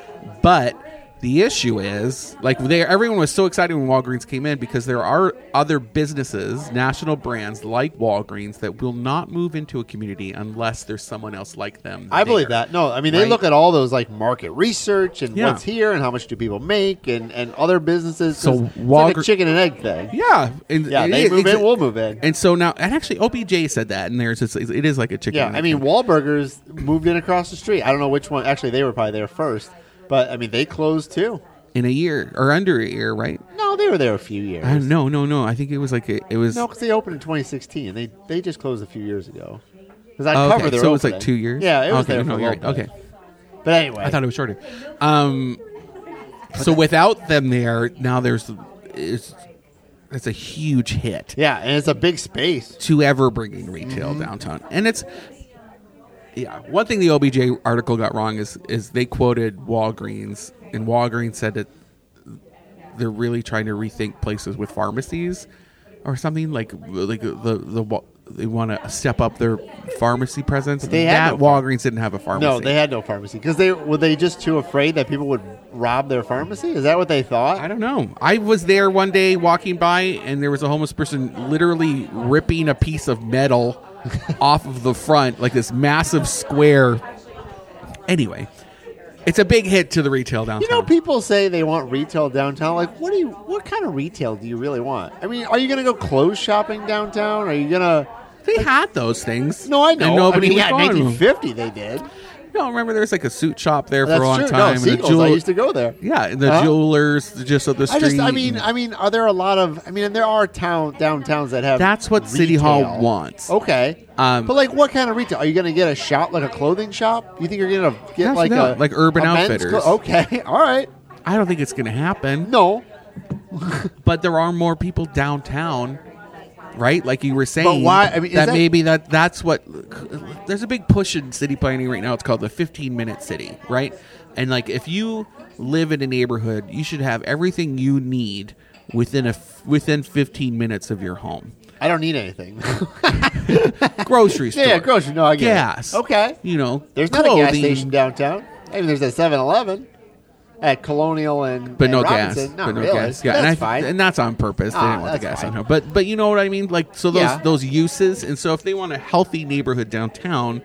[SPEAKER 2] But the issue is, like, they, everyone was so excited when Walgreens came in because there are other businesses, national brands like Walgreens, that will not move into a community unless there's someone else like them.
[SPEAKER 1] I believe
[SPEAKER 2] there.
[SPEAKER 1] that. No, I mean they
[SPEAKER 2] Right.
[SPEAKER 1] look at all those like market research and
[SPEAKER 2] Yeah.
[SPEAKER 1] what's here and how much do people make and and other businesses. 'cause
[SPEAKER 2] So
[SPEAKER 1] it's like a
[SPEAKER 2] Walgr-
[SPEAKER 1] chicken and egg thing.
[SPEAKER 2] Yeah, and
[SPEAKER 1] Yeah,
[SPEAKER 2] it
[SPEAKER 1] they
[SPEAKER 2] is-
[SPEAKER 1] move in,
[SPEAKER 2] exa-
[SPEAKER 1] we'll move in.
[SPEAKER 2] And so now, and actually, OBJ said that, and there's it's, it is like a chicken.
[SPEAKER 1] Yeah,
[SPEAKER 2] and
[SPEAKER 1] I
[SPEAKER 2] egg
[SPEAKER 1] mean,
[SPEAKER 2] thing.
[SPEAKER 1] Wahlburgers moved in across the street. I don't know which one. Actually, they were probably there first, but I mean, they closed too.
[SPEAKER 2] in a year or under a year, right?
[SPEAKER 1] No, they were there a few years.
[SPEAKER 2] I, Uh, no, no, no. I think it was like a, it was.
[SPEAKER 1] No, because they opened in 2016. They they just closed a few years ago. Because I
[SPEAKER 2] Oh,
[SPEAKER 1] covered
[SPEAKER 2] okay,
[SPEAKER 1] their
[SPEAKER 2] so it was like
[SPEAKER 1] opening.
[SPEAKER 2] two years.
[SPEAKER 1] Yeah, it was
[SPEAKER 2] okay,
[SPEAKER 1] there
[SPEAKER 2] no,
[SPEAKER 1] for a
[SPEAKER 2] you're
[SPEAKER 1] little
[SPEAKER 2] right.
[SPEAKER 1] bit.
[SPEAKER 2] Okay,
[SPEAKER 1] but anyway,
[SPEAKER 2] I thought it was shorter. Um, so without them there, now there's it's that's a huge hit
[SPEAKER 1] yeah, and it's a big space.
[SPEAKER 2] to ever bringing retail
[SPEAKER 1] Mm-hmm.
[SPEAKER 2] downtown, and it's yeah. One thing the OBJ article got wrong is is they quoted Walgreens, and Walgreens said that they're really trying to rethink places with pharmacies or something like like the the. wa- They want to step up their pharmacy presence.
[SPEAKER 1] they
[SPEAKER 2] that
[SPEAKER 1] had no pharm-
[SPEAKER 2] Walgreens didn't have a pharmacy.
[SPEAKER 1] No, they had no pharmacy because they were they just too afraid that people would rob their pharmacy. Is that what they thought?
[SPEAKER 2] I don't know. I was there one day walking by, and there was a homeless person literally ripping a piece of metal off of the front, like this massive square. Anyway, it's a big hit to the retail downtown.
[SPEAKER 1] You know, people say they want retail downtown. Like, what do you? What kind of retail do you really want? I mean, are you going to go clothes shopping downtown? Are you going to?
[SPEAKER 2] they had those things.
[SPEAKER 1] No, I know.
[SPEAKER 2] And nobody
[SPEAKER 1] I mean,
[SPEAKER 2] was
[SPEAKER 1] yeah,
[SPEAKER 2] going to them.
[SPEAKER 1] 1950 they did.
[SPEAKER 2] No, remember there was like a suit shop there
[SPEAKER 1] That's
[SPEAKER 2] for a long
[SPEAKER 1] true.
[SPEAKER 2] time.
[SPEAKER 1] no,
[SPEAKER 2] and the
[SPEAKER 1] Siegel's. I
[SPEAKER 2] jewel-
[SPEAKER 1] used to go there.
[SPEAKER 2] yeah, and the
[SPEAKER 1] Huh?
[SPEAKER 2] jewelers just up the
[SPEAKER 1] I
[SPEAKER 2] street.
[SPEAKER 1] just, I mean,
[SPEAKER 2] and-
[SPEAKER 1] I mean, are there a lot of? I mean, and there are town downtowns that have.
[SPEAKER 2] That's what City Hall
[SPEAKER 1] retail. Oh.
[SPEAKER 2] wants.
[SPEAKER 1] Okay,
[SPEAKER 2] Um,
[SPEAKER 1] but like, what kind of retail? Are you going to get a shop like a clothing shop? You think you're going to get
[SPEAKER 2] Yes,
[SPEAKER 1] like
[SPEAKER 2] no,
[SPEAKER 1] a
[SPEAKER 2] like Urban
[SPEAKER 1] a men's
[SPEAKER 2] Outfitters.
[SPEAKER 1] clo- okay, all right.
[SPEAKER 2] I don't think it's going to happen.
[SPEAKER 1] No,
[SPEAKER 2] but there are more people downtown right like you were saying
[SPEAKER 1] why- I mean, is
[SPEAKER 2] that,
[SPEAKER 1] that-
[SPEAKER 2] maybe that that's what there's a big push in city planning right now it's called the 15 minute city right and like if you live in a neighborhood you should have everything you need within a f- within 15 minutes of your home
[SPEAKER 1] I don't need anything.
[SPEAKER 2] grocery store
[SPEAKER 1] yeah, yeah, grocery. No, I get
[SPEAKER 2] gas
[SPEAKER 1] It. Okay,
[SPEAKER 2] you know
[SPEAKER 1] there's not a gas
[SPEAKER 2] clothing.
[SPEAKER 1] station downtown. I mean, there's a 7-Eleven at Colonial and
[SPEAKER 2] but
[SPEAKER 1] and
[SPEAKER 2] no
[SPEAKER 1] Robinson.
[SPEAKER 2] gas,
[SPEAKER 1] Not
[SPEAKER 2] but no
[SPEAKER 1] really.
[SPEAKER 2] gas. Yeah,
[SPEAKER 1] that's
[SPEAKER 2] and I, th-
[SPEAKER 1] fine.
[SPEAKER 2] and that's on purpose. They
[SPEAKER 1] Ah,
[SPEAKER 2] didn't want the
[SPEAKER 1] that's
[SPEAKER 2] gas
[SPEAKER 1] fine.
[SPEAKER 2] on home, but but you know what I mean. Like so, those
[SPEAKER 1] Yeah.
[SPEAKER 2] those uses, and so if they want a healthy neighborhood downtown,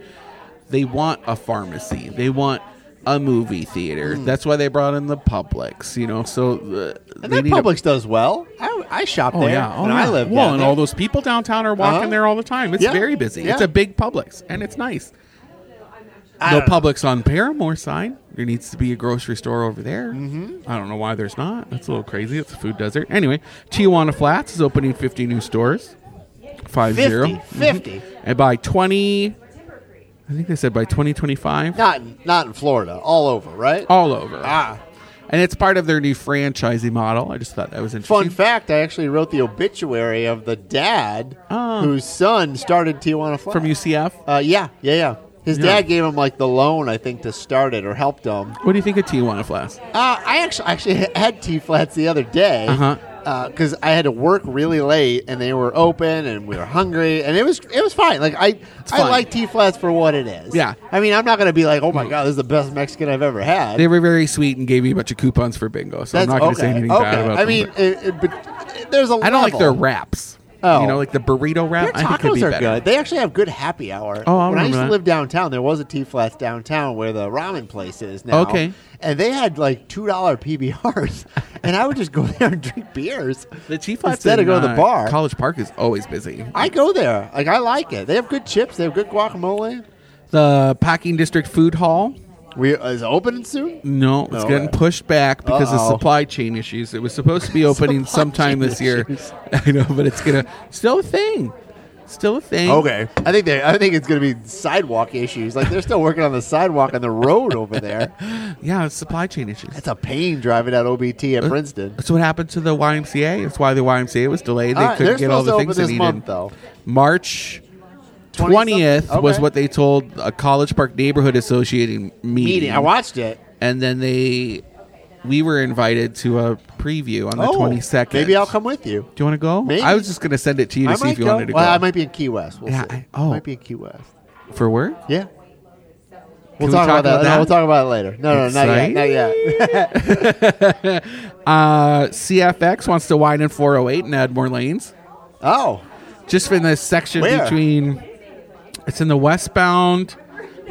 [SPEAKER 2] they want a pharmacy, they want a movie theater.
[SPEAKER 1] Hmm.
[SPEAKER 2] That's why they brought in the Publix. You know, so uh,
[SPEAKER 1] And
[SPEAKER 2] they
[SPEAKER 1] that
[SPEAKER 2] need a-
[SPEAKER 1] Publix does well. I, I shop
[SPEAKER 2] Oh
[SPEAKER 1] there
[SPEAKER 2] yeah, oh
[SPEAKER 1] when
[SPEAKER 2] yeah.
[SPEAKER 1] I live
[SPEAKER 2] well,
[SPEAKER 1] down
[SPEAKER 2] and
[SPEAKER 1] there.
[SPEAKER 2] all those people downtown are walking
[SPEAKER 1] Uh-huh.
[SPEAKER 2] there all the time. It's
[SPEAKER 1] Yeah.
[SPEAKER 2] very busy. It's
[SPEAKER 1] Yeah.
[SPEAKER 2] a big Publix, and it's nice.
[SPEAKER 1] I
[SPEAKER 2] No
[SPEAKER 1] don't know.
[SPEAKER 2] Publix on Paramore sign. There needs to be a grocery store over there. Mm-hmm. I don't know why there's not. That's a little crazy. It's a food desert. Anyway, Tijuana Flats is opening 50 new stores. Five
[SPEAKER 1] 50,
[SPEAKER 2] zero. Mm-hmm.
[SPEAKER 1] 50.
[SPEAKER 2] And by 20, I think they said by 2025,
[SPEAKER 1] Not in, not in Florida, all over, right?
[SPEAKER 2] all over.
[SPEAKER 1] Ah,
[SPEAKER 2] And it's part of their new franchising model. I just thought that was
[SPEAKER 1] fun
[SPEAKER 2] interesting.
[SPEAKER 1] fact: I actually wrote the obituary of the dad
[SPEAKER 2] Ah.
[SPEAKER 1] whose son started Tijuana Flat
[SPEAKER 2] From UCF.
[SPEAKER 1] Uh, yeah, yeah, yeah. His
[SPEAKER 2] Yeah.
[SPEAKER 1] dad gave him like the loan, I think, to start it or helped him.
[SPEAKER 2] What do you think of Tijuana Flats?
[SPEAKER 1] Uh, I actually actually had T flats the other day
[SPEAKER 2] Uh-huh.
[SPEAKER 1] because I had to work really late and they were open and we were hungry and it was it was fine. Like I I
[SPEAKER 2] fine.
[SPEAKER 1] like T flats for what it is.
[SPEAKER 2] Yeah.
[SPEAKER 1] I mean I'm not gonna be like oh my god this is the best Mexican I've ever had.
[SPEAKER 2] They were very sweet and gave me a bunch of coupons for bingo, so
[SPEAKER 1] That's
[SPEAKER 2] I'm not going to
[SPEAKER 1] okay.
[SPEAKER 2] say anything
[SPEAKER 1] okay.
[SPEAKER 2] bad about
[SPEAKER 1] I
[SPEAKER 2] them,
[SPEAKER 1] mean,
[SPEAKER 2] but-
[SPEAKER 1] it, it, but there's a
[SPEAKER 2] I don't like
[SPEAKER 1] level.
[SPEAKER 2] their wraps.
[SPEAKER 1] Oh.
[SPEAKER 2] You know, like the burrito
[SPEAKER 1] Their
[SPEAKER 2] wrap. I think could
[SPEAKER 1] tacos
[SPEAKER 2] be
[SPEAKER 1] are
[SPEAKER 2] better.
[SPEAKER 1] good. They actually have good happy hour.
[SPEAKER 2] Oh, I
[SPEAKER 1] when I used
[SPEAKER 2] remember
[SPEAKER 1] to
[SPEAKER 2] that.
[SPEAKER 1] live downtown, there was a T Flats downtown where the ramen place is now.
[SPEAKER 2] Okay.
[SPEAKER 1] and they had like two dollar PBRs, and I would just go there and drink beers.
[SPEAKER 2] The Chief uh,
[SPEAKER 1] Instead of going to the bar.
[SPEAKER 2] College Park is always busy.
[SPEAKER 1] I go there. Like I like it. They have good chips. They have good guacamole.
[SPEAKER 2] The Packing District Food Hall.
[SPEAKER 1] We is it opening soon.
[SPEAKER 2] No, it's
[SPEAKER 1] Oh,
[SPEAKER 2] getting
[SPEAKER 1] okay.
[SPEAKER 2] pushed back because
[SPEAKER 1] Uh-oh.
[SPEAKER 2] of supply chain issues. It was supposed to be opening
[SPEAKER 1] Supply
[SPEAKER 2] sometime
[SPEAKER 1] chain
[SPEAKER 2] this year.
[SPEAKER 1] issues.
[SPEAKER 2] I know, but it's gonna still a thing. Still a thing.
[SPEAKER 1] I think they. I think it's going to be sidewalk issues. Like they're still working on the sidewalk and the road over there.
[SPEAKER 2] Yeah, it's supply chain issues.
[SPEAKER 1] It's a pain driving at OBT at
[SPEAKER 2] Uh,
[SPEAKER 1] Princeton.
[SPEAKER 2] That's what happened to the YMCA. That's why the YMCA was delayed. They
[SPEAKER 1] All right,
[SPEAKER 2] couldn't
[SPEAKER 1] Uh, they're
[SPEAKER 2] get all
[SPEAKER 1] supposed
[SPEAKER 2] the
[SPEAKER 1] to
[SPEAKER 2] things
[SPEAKER 1] open this
[SPEAKER 2] they needed.
[SPEAKER 1] month, though.
[SPEAKER 2] March
[SPEAKER 1] 20th?
[SPEAKER 2] 20th was
[SPEAKER 1] Okay.
[SPEAKER 2] what they told a College Park Neighborhood Association
[SPEAKER 1] Meeting. I watched it.
[SPEAKER 2] and then they we were invited to a preview on the
[SPEAKER 1] Oh,
[SPEAKER 2] twenty second.
[SPEAKER 1] Maybe I'll come with you.
[SPEAKER 2] Do you want to go?
[SPEAKER 1] Maybe.
[SPEAKER 2] I was just going to send it to you to
[SPEAKER 1] I
[SPEAKER 2] see
[SPEAKER 1] might
[SPEAKER 2] if you
[SPEAKER 1] go.
[SPEAKER 2] wanted to
[SPEAKER 1] well,
[SPEAKER 2] go.
[SPEAKER 1] I might be in Key West. We'll
[SPEAKER 2] Yeah,
[SPEAKER 1] see.
[SPEAKER 2] I- oh.
[SPEAKER 1] might be in Key West.
[SPEAKER 2] For work?
[SPEAKER 1] Yeah.
[SPEAKER 2] Can
[SPEAKER 1] We'll
[SPEAKER 2] we
[SPEAKER 1] talk,
[SPEAKER 2] talk
[SPEAKER 1] about that.
[SPEAKER 2] about
[SPEAKER 1] No,
[SPEAKER 2] that?
[SPEAKER 1] we'll talk about it later. No, no, not yet. Not yet.
[SPEAKER 2] Uh, CFX wants to widen 408 and add more lanes.
[SPEAKER 1] oh,
[SPEAKER 2] Just in this section
[SPEAKER 1] Where?
[SPEAKER 2] between, it's in the westbound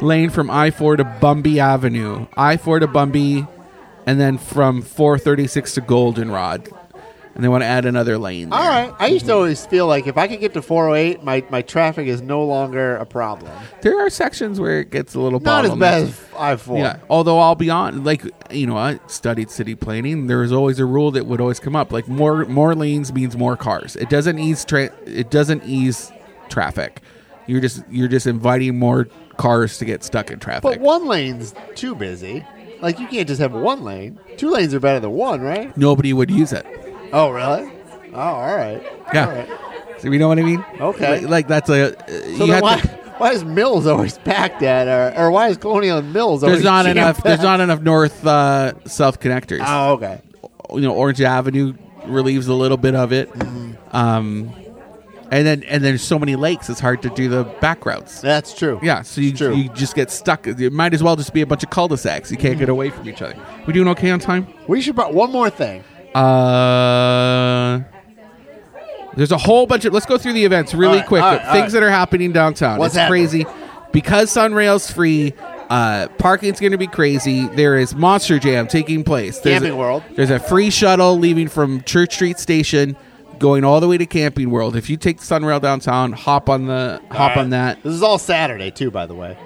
[SPEAKER 2] lane from I 4 to Bumby Avenue. I 4 to Bumby, and then from 436 to Goldenrod. And they want to add another lane.
[SPEAKER 1] all
[SPEAKER 2] there.
[SPEAKER 1] right. I used to always feel like if I could get to 408, my, my traffic is no longer a problem.
[SPEAKER 2] There are sections where it gets a little
[SPEAKER 1] Not as
[SPEAKER 2] bottlenecked.
[SPEAKER 1] bad as I 4.
[SPEAKER 2] Yeah. Although I'll be on, like you know, I studied city planning. There was always a rule that would always come up, like more more lanes means more cars. It doesn't ease tra- it doesn't ease traffic. You're just you're just inviting more cars to get stuck in
[SPEAKER 1] But
[SPEAKER 2] traffic.
[SPEAKER 1] one lane's too busy. Like, you can't just have one lane. Two lanes are better than one, right?
[SPEAKER 2] Nobody would use it.
[SPEAKER 1] Oh, really? Oh, all right.
[SPEAKER 2] Yeah.
[SPEAKER 1] All right.
[SPEAKER 2] So you know what I mean?
[SPEAKER 1] Okay.
[SPEAKER 2] Like, like that's a. uh,
[SPEAKER 1] So
[SPEAKER 2] you
[SPEAKER 1] then
[SPEAKER 2] have
[SPEAKER 1] why,
[SPEAKER 2] to-
[SPEAKER 1] why is Mills always packed at, or, or why is Colonial and Mills always
[SPEAKER 2] there's not
[SPEAKER 1] jammed
[SPEAKER 2] enough. There's
[SPEAKER 1] packed?
[SPEAKER 2] not enough north uh, south connectors.
[SPEAKER 1] Oh, okay.
[SPEAKER 2] you know Orange Avenue relieves a little bit of it. Um, and then and there's so many lakes, it's hard to do the back routes.
[SPEAKER 1] That's true.
[SPEAKER 2] Yeah, so you,
[SPEAKER 1] It's true.
[SPEAKER 2] you just get stuck. It might as well just be a bunch of cul-de-sacs. You can't get away from each other. We doing okay on time?
[SPEAKER 1] We should buy one more thing.
[SPEAKER 2] Uh, there's a whole bunch of. Let's go through the events
[SPEAKER 1] All
[SPEAKER 2] really
[SPEAKER 1] right,
[SPEAKER 2] quick.
[SPEAKER 1] all right, all
[SPEAKER 2] Things
[SPEAKER 1] right.
[SPEAKER 2] that are happening downtown.
[SPEAKER 1] What's
[SPEAKER 2] it's
[SPEAKER 1] happening?
[SPEAKER 2] crazy because Sunrail's free. Uh, parking's going to be crazy. There is Monster Jam taking place. There's
[SPEAKER 1] Camping
[SPEAKER 2] a,
[SPEAKER 1] World.
[SPEAKER 2] There's a free shuttle leaving from Church Street Station, going all the way to Camping World.
[SPEAKER 1] Uh,
[SPEAKER 2] If you take Sunrail downtown, hop on the hop on that.
[SPEAKER 1] This is all Saturday too, by the way.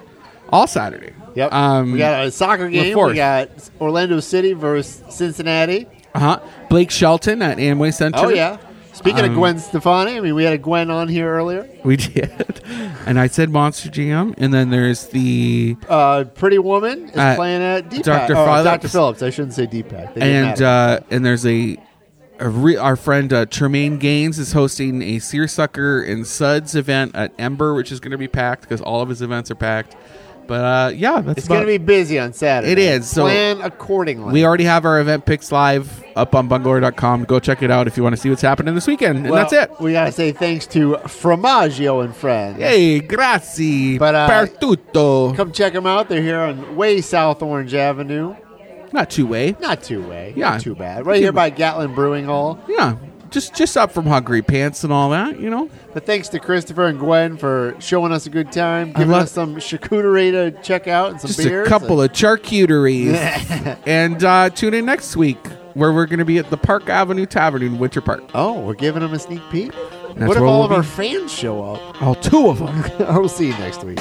[SPEAKER 2] all Saturday.
[SPEAKER 1] Yep.
[SPEAKER 2] Um,
[SPEAKER 1] we got a soccer game.
[SPEAKER 2] fourth.
[SPEAKER 1] We got Orlando City versus Cincinnati.
[SPEAKER 2] Uh-huh. Blake Shelton at Amway Center.
[SPEAKER 1] Oh yeah. Speaking
[SPEAKER 2] Um,
[SPEAKER 1] of Gwen Stefani, I mean, we had a Gwen on here earlier.
[SPEAKER 2] We did. And I said Monster Jam. And then there's the.
[SPEAKER 1] Uh, Pretty Woman is
[SPEAKER 2] Uh,
[SPEAKER 1] playing at D-Pack.
[SPEAKER 2] Dr.
[SPEAKER 1] Oh,
[SPEAKER 2] Phillips.
[SPEAKER 1] Dr. Phillips. I shouldn't say D-Pack. They get
[SPEAKER 2] and
[SPEAKER 1] mad at
[SPEAKER 2] uh, and there's a, a re- our friend uh, Tremaine Gaines is hosting a seersucker and suds event at Ember, which is going to be packed because all of his events are packed. But uh, yeah, that's
[SPEAKER 1] It's going to
[SPEAKER 2] about-
[SPEAKER 1] be busy on Saturday.
[SPEAKER 2] It is, so-
[SPEAKER 1] plan accordingly.
[SPEAKER 2] We already have our event picks live up on bungalow.com. Go check it out if you want to see what's happening this weekend. And
[SPEAKER 1] Well,
[SPEAKER 2] that's it.
[SPEAKER 1] We got to say thanks to Fromaggio and friends.
[SPEAKER 2] Hey, grazie.
[SPEAKER 1] But, uh,
[SPEAKER 2] per tutto.
[SPEAKER 1] Come check them out. They're here on way South Orange Avenue.
[SPEAKER 2] Not too way.
[SPEAKER 1] Not too way.
[SPEAKER 2] Yeah.
[SPEAKER 1] Not too bad. Right here by Gatlin Brewing Hall.
[SPEAKER 2] Yeah. Just just up from Hungry Pants and all that, you know?
[SPEAKER 1] But thanks to Christopher and Gwen for showing us a good time, giving
[SPEAKER 2] love-
[SPEAKER 1] us some charcuterie to check out and some
[SPEAKER 2] Just
[SPEAKER 1] beers.
[SPEAKER 2] a couple of charcuteries. and uh, tune in next week where we're going to be at the Park Avenue Tavern in Winter Park.
[SPEAKER 1] Oh, we're giving them a sneak peek?
[SPEAKER 2] That's
[SPEAKER 1] what if
[SPEAKER 2] where
[SPEAKER 1] all
[SPEAKER 2] we'll
[SPEAKER 1] of our
[SPEAKER 2] be.
[SPEAKER 1] fans show up?
[SPEAKER 2] All Oh, two of them.
[SPEAKER 1] I'll see you next week.